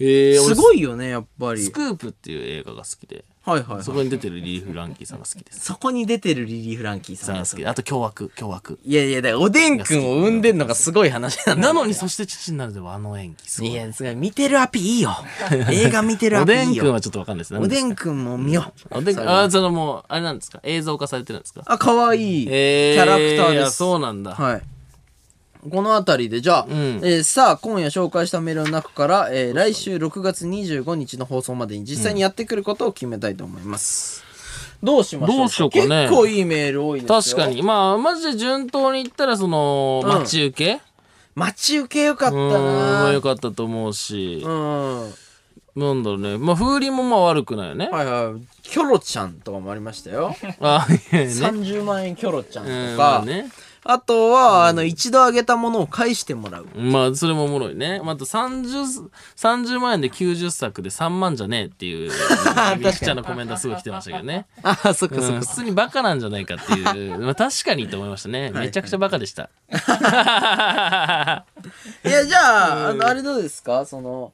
えー、
す
俺
ごいよね、やっぱり。
スクープっていう映画が好きで、
はいは い、
そ
は
こ
い。
に出てるリリー・フランキーさんが好きです。
そこに出てるリリー・フランキーさ
さ
ん
んが好きで。あと、凶悪、凶悪。
いやいや、だからおでんくんを生んでんのがすごい話なんだ。
なのに、そして父になるではあの演技。すごい
いや、すごい。見てるアピい いよ。映画見てる
お
アピ
で
い
ん
い
くん
よ。
はちょっとわかんないですね。
おでんくんも見よう。
おでんくん、あ、そのもう、あれなんですか映像化されてるんですか
あ、可愛いキ
えー、
ャラクター
い
で
や
す。
そうなんだ。
はい。この辺りで、じゃあ、
ん
えーさあ、今夜紹介したメールの中から、えー来週6月25日の放送までに実際にやってくることを決めたいと思います。どうしましょう
どうしようかね
結構いいメール多いです
確か。
よ。
に。まあ、マジで順当に言ったら、その、
うん
待ち受け
待ち受けよかった
うん、まあ
な
よかったと思うし
う、ん。はい
なんだろうね。まあ、風鈴もまあ悪くないよね。
はい。キョロちゃんとかもありましたよ。
あ、いやいやね。
30万円キョロちゃんと
うんま
か、
あね。
あとは、あの、一度あげたものを返してもらう。
まあ、それもおもろいね。また30、30万円で90作で3万じゃねえっていう、みっちゃんのコメントすごい来てましたけどね。
ああ、そっか
う
そっ
ん普。
か
通にバカなんじゃないかっていう、まあ確かにと思いましたね。めちゃくちゃバカでした。
いや、じゃあ、あの、あれどうですかその、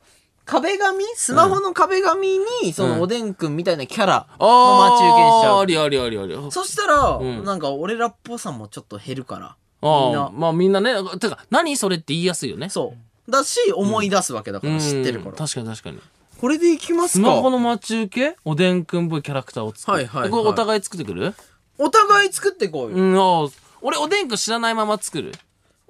壁紙スマホの壁紙に、その、おでんくんみたいなキャラの待ち受けにしちゃ
あーあ
う。
りありありあり。あ
そしたら、
ん
なんか、俺らっぽさもちょっと減るから。みんな
あ、まあみんなね、てか、何それって言いやすいよね。
そう。だし、思い出すわけだから、知ってるか
うん
ら。
確かに確かに。
これでいきます
スマ
か
ホの待ち受けおでんくんっぽいキャラクターを作る。
はいはいはい
これお互い作ってくる
お互い作ってこうよ。
うん、あー俺おでんくん知らないまま作る。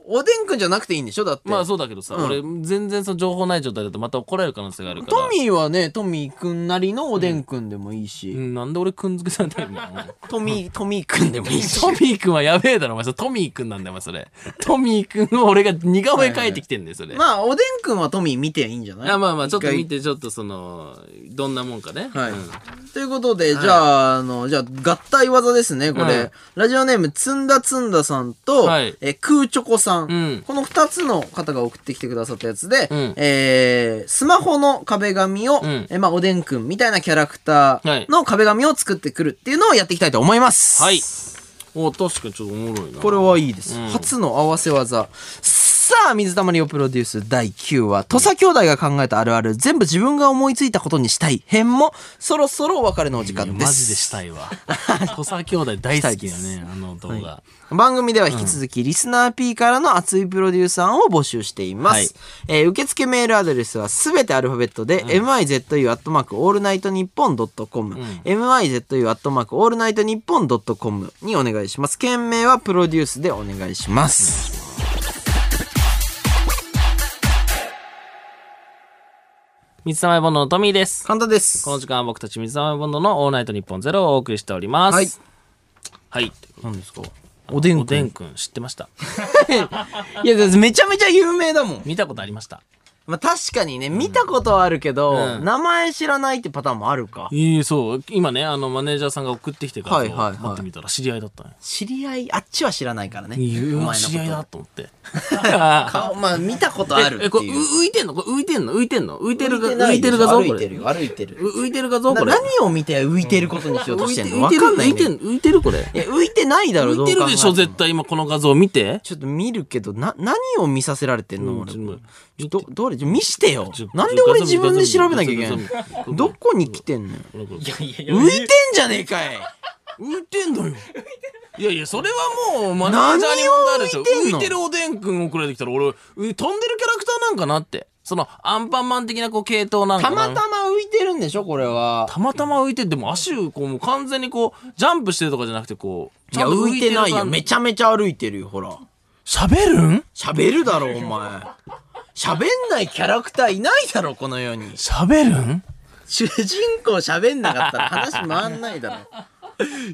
おでんくんじゃなくていいんでしょだって。
まあそうだけどさ、
うん
俺全然その情報ない状態だとまた怒られる可能性があるから。
トミーはね、トミーくんなりのおでんくんでもいいし、
うんなんで俺くんづけされてるんだよ。
トミー、トミーくんでもいいし。
トミーくんはやべえだろ、お前。それトミーくんなんだよ、お前、それ。トミーくんを俺が似顔絵描いてきてんだよ、それ。
まあ、おでんくんはトミー見ていいんじゃない
あまあまあ、ちょっと
一回
見て、ちょっとその、どんなもんかね。
はい
うん。
ということで、じゃあ、あの、じゃあ、合体技ですね、これ。
うん
ラジオネーム、つんだつんださんと、
はい
えー、クーチョコさん。
うん
この二つの方が送ってきてくださったやつで、
うん
えースマホの壁紙を、
うん
えーまあ、おでんくんみたいなキャラクターの壁紙を作ってくるっていうのをやっていきたいと思います。
はい。お、確かにちょっとおもろいな。
これはいいです。
うん
初の合わせ技。さあ、水溜りをプロデュース第9話、土佐兄弟が考えたあるある、全部自分が思いついたことにしたい編も、そろそろお別れのお時間です。
マジでしたい わ。土佐兄弟大好きだね、あの動画。
番組では引き続き、リスナー P からの熱いプロデューサーを募集しています。
はい
えー受付メールアドレスはすべてアルファベットで、mizu.allnightnippon.com、mizu.allnightnippon.com にお願いします。件名はプロデュースでお願いします。
水溜りボンドのトミーです。
簡単です。
この時間は僕たち水溜りボンドのオールナイトニッポンゼロをお送りしております。
はい。
はい。
何ですかおでん
お
く
で
ん。
んくん知ってました。
いや、だってめちゃめちゃ有名だもん。
見たことありました。
まあ確かにね、見たことはあるけど、
うん
名前知らないってパターンもあるか。
いいそう今ねあのマネージャーさんが送ってきてから
は
そ
いうはいはい
待ってみたら知り合いだったね
知り合い、あっちは知らないからね。
う
お
わ
前
知り合い
の
だ
こと
思って
と。顔、まあ見たことある
え
っ
こ
て
れ
いう。
う浮いてんのこれ浮いてんの浮いてんの浮いてるが
浮いな
浮いてる画像こ
歩い
れ
てるよ、歩いてる。
う浮いてる画像これ
な何を見て浮いてることにしようと
浮
し
い
て
て
ん
る
のわ
浮いて
かんない、
る浮いて
ね。
る浮いてるこれ
いや、浮いてないだろ、
浮いてるでしょ
どう考え
絶対今この画像見て
ちょっと見るけど、な、何を見させられてんの、
うん
俺
ちょっと
ちょっとど、どれちょ見してよ
ちょ。
なんで俺自分で
ち
調
ょっと
べなきゃいけない
ちょっとちょっと
のどこに来てんのよ
これこれ
浮いてんじゃねえかい
浮いてんのよいやいやそれはもうマネージャーに問題あるでしょ
何を浮いてん
浮
の
いてるおでんくんをくれてきたら俺う飛んでるキャラクターなんかなってそのアンパンマン的なこう系統なんか
た
な
またま浮いてるんでしょこれは。
たまたま浮いてでも足をこうもう完全にこうジャンプしてるとかじゃなくてこう
いや、浮いてないよ。め
ち
ちゃめちゃ歩いてるよ、ほら。
ゃ喋るん
喋るだろ、お前。喋んないキャラクターいないだろ、この世に。
喋るん
主人公喋んなかったら話回んな いだろ。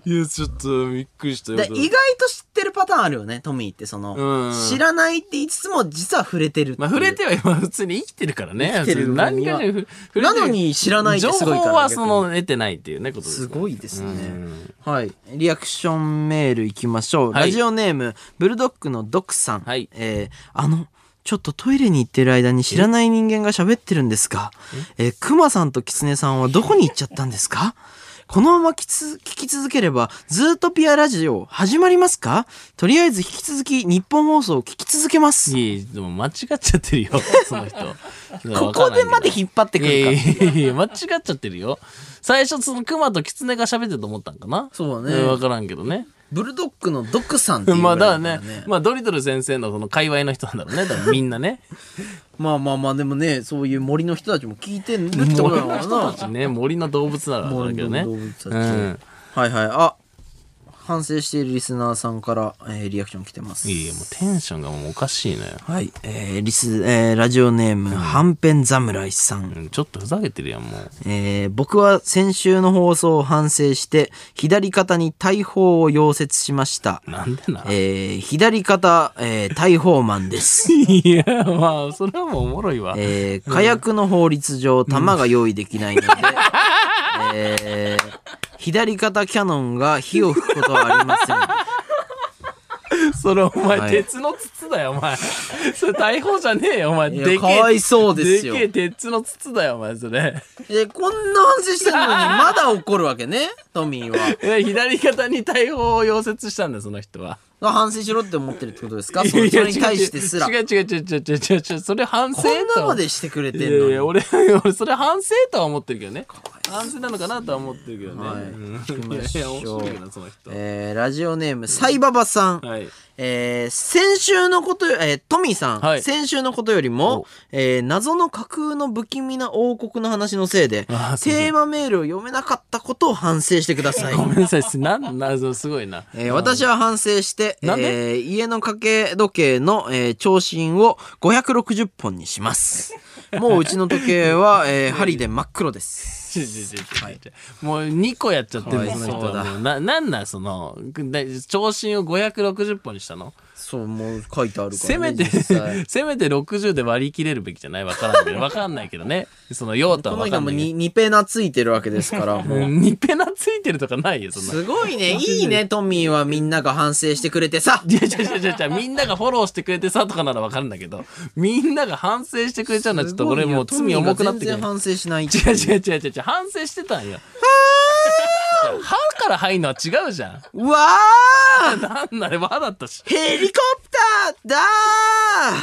いやちょっとびっくりしたよ
で意外と知ってるパターンあるよね、トミーって。その、
うん
知らないって言いつつも実は触れてるっていう。
まあ触れては今普通に生きてるからね
生きてる
普通に何かにふ触れてる
なのに知らないって
情
す
報
ごいから
はその得てないっていうねことですす
ごいですね
うん。
はい。リアクションメールいきましょう。
はい
ラジオネーム、ブルドッグのドクさん。
はい
えーあの、ちょっとトイレに行ってる間に知らない人間が喋ってるんですが、えー、クマさんとキツネさんはどこに行っちゃったんですかこのままきつ聞き続ければ、ずーっとピアラジオ始まりますかとりあえず引き続き日本放送を聞き続けます。
いやでも間違っちゃって るよその人
ここでまで引っ張ってく
いや
るか。
いやいや間違っちゃってるよ最初そのクマとキツネが喋ってると思ったんかな
そうだね
分からんけどね
ブルドッグのドクさんっていうぐ
ま
ら
あ
いだ
だから
から
ね
ね。
まあドリトル先生のその界隈の人なんだろうね 多分みんなね
まあまあまあでもねそういう森の人たちも聞いてるってこと
森
なの
の
か
人た
な
ちね森の動物ならだけどね
森の動物たち
うん
はいはいあ反省しているリスナーさんから、えーリアクション来てます
いやいやもうテンションがもうおかしいのよ
はい、えーリスえーラジオネーム、はんぺん侍さん、
うんちょっとふざけてるやんもう
えー僕は先週の放送を反省して左肩に大砲を溶接しました、
なんでな、
えー左肩、えー、大砲マンです
いやまあそれはもうおもろいわ、
えー火薬の法律上弾が用意できない ので、えー左肩キャノンが火を吹くことはありません。
それお前、
はい
鉄の筒だよお前 それ大砲じゃねえよお前
いや
でけえ
かわいそうですよ
でけえ鉄の筒だよお前それ
えこんな反省してるのにまだ怒るわけね、 トミーは。
え左肩に大砲を溶接したんだよその人は
反省しろって思ってるってことですかそれそれに対してすら。こ
違う違う違う違う違う違う違うそれ反省と
んなまでしてくれて
いや
んの
い
に。
や
は
俺俺それ反省とは思ってるけどね反省なのかなとは思ってるけどね、
い
うん
行き
いや
ま
い
し
や
ょ
面
う
白いけどその人、
えーラジオネーム、サイババさん。
はい
えー先週のことよ、えートミーさん、
はい
先週のことよりも
お、
えー謎の架空の不気味な王国の話のせいで、
あ
テ
ーすいません
ーマメールを読めなかったことを反省してください。
ごめんなさいすなんなんすごいな
えー私は反省して、え
なんで
ー家の掛け時計の、えー長針を560本に します。もううちの時計は、えー針で真っ黒です。
ちょちょちょちょちょもう2個やっちゃってる
かわい
その人
そうだ
はもうななんなんそので長身を560本にしたの
そう、もう書いてあるから、ね。
せめて
実際
せめて60で割り切れるべきじゃないわからんけどわかんないけどねその用途
こ
は
の
わ
人
かん
も
ないけ
に2ペナついてるわけで すから、
ど
もう。
うんにペナついてるとかないよそんな
すごいね。いいね、トミーはみんなが反省してくれてさ。
いやいやいやいやいやみんながフォローしてくれてさとかならわかるんだけどみんなが反省してくれちゃうのはちょっと俺もう罪重くなってく
ト
る
ミーが全然反省しない。
違う違う違う違う違う反省してたんよ歯から入んのは違うじゃん
うわー
なんなれ歯だったし
ヘリコプターだ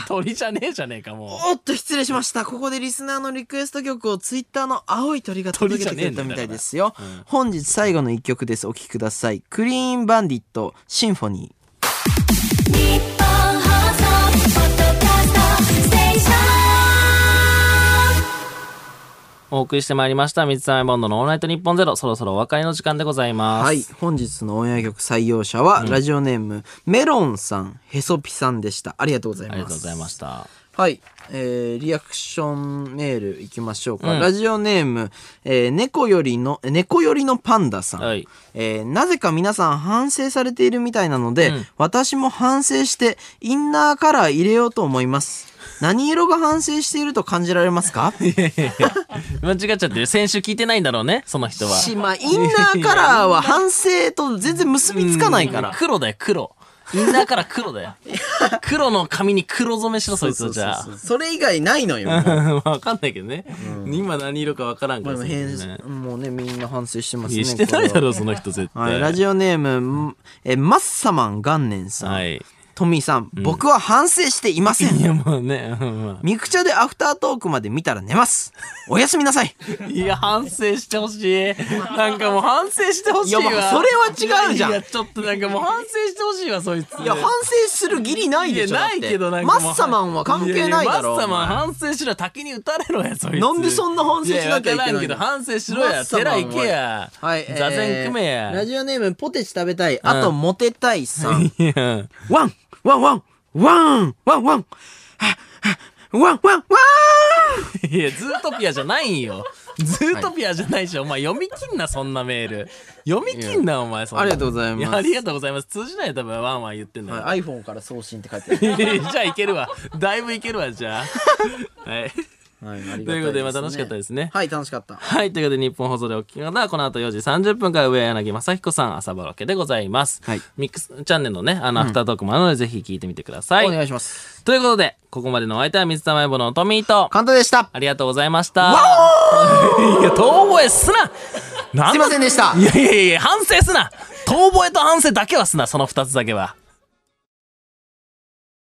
ー
鳥じゃねえじゃねえかもう
おっと失礼しました。ここでリスナーのリクエスト曲をツイッターの青い鳥が届けてくれたみたいですよ。本日最後の一曲です。お聴きください。クリーンバンディット、シンフォニー。
日本放送ポッドキャストステーション
お送りしてまいりました。水溜りボンドのオールナイトニッポンゼロ。そろそろお別れの時間でございます。
はい。。本日のオンエア曲採用者は、ラジオネーム、メロンさん、へそぴさんでした。ありがとうござい
あ
ます。
りがとうございました。
はい、えーリアクションメールいきましょうか、ラジオネーム、えー猫よりのえー猫よりのパンダさん、
はい
えーなぜか皆さん反省されているみたいなので、
うん
私も反省してインナーカラー入れようと思います何色が反省していると感じられますか
間違っちゃってる。先週聞いてないんだろうね、その人は。
し、まあ、インナーカラーは反省と全然結びつかないから。
黒だよ、黒。インナーから黒 だよ。黒の髪に黒染めしろ、そいつはじゃあ。
それ以外ない のよ。
わかんないけどね。今何色かわからんか
も
ら。そ
う
ういうのね
変もうね、みんな反省してます
い
ね。
やしてないだろ、
こ
その人絶
れは。はい、
対。
ラジオネーム、んえ、マッサマン元年さん。
はい。
トミーさん、僕は反省していませ
い
ん。
や、もうね、うんま
ミクチャでアフタートークまで見たら寝ます。おやすみなさい。
あいや、反省してほしい。なんかもう反省してほしいわ。
いやまあそれは違うじゃん
いや、ちょっとなんかもう反省してほしいわ、そいつ。
いや、反省する義理ないでしょ。
や
だっ
な
て
いけどなんか
マ
もう
ッサマンは関係ないだ
やや
ろ。
マッサマン反省しろ竹に打たれろやそいつ
なんでそんな反省しなきゃいけないの
やわからんけど反省しろ
マッ
や
サマン
寺
は
行けや
はい、えー
座禅組めや
ラジオネーム、ポテチ食べたい。あと、モテたいさん。
いや
ワンワンワンワンワンワンははワンワンワン
いやズートピアじゃないんよズートピアじゃないし、お前読み切んなそんなメール読み切んなお前そんな
ありがとうございます
やありがとうございます通じないよ多分ワンワン言ってんだよ、
はい iPhone から送信って書いてある。
いや じゃあいけるわだいぶいけるわじゃあはい
はい、ありがたいすね
ということでまあ楽しかったですね
はい、楽しかった。
はい。ということで、日本放送でお聞きの方は、この後4時30分から上柳正彦さん、朝バロケでございます。
はい
ミックスチャンネルのね、あの、アフタートークもあるので、ぜひ聞いてみてください。
お願いします。
ということで、ここまでのお相手は、水溜りボンドのトミーと、
簡単でした。
ありがとうございました。いや、遠吠えすななん
すいませんでした
いやいやいや、反省すな遠吠えと反省だけはすな、その二つだけは。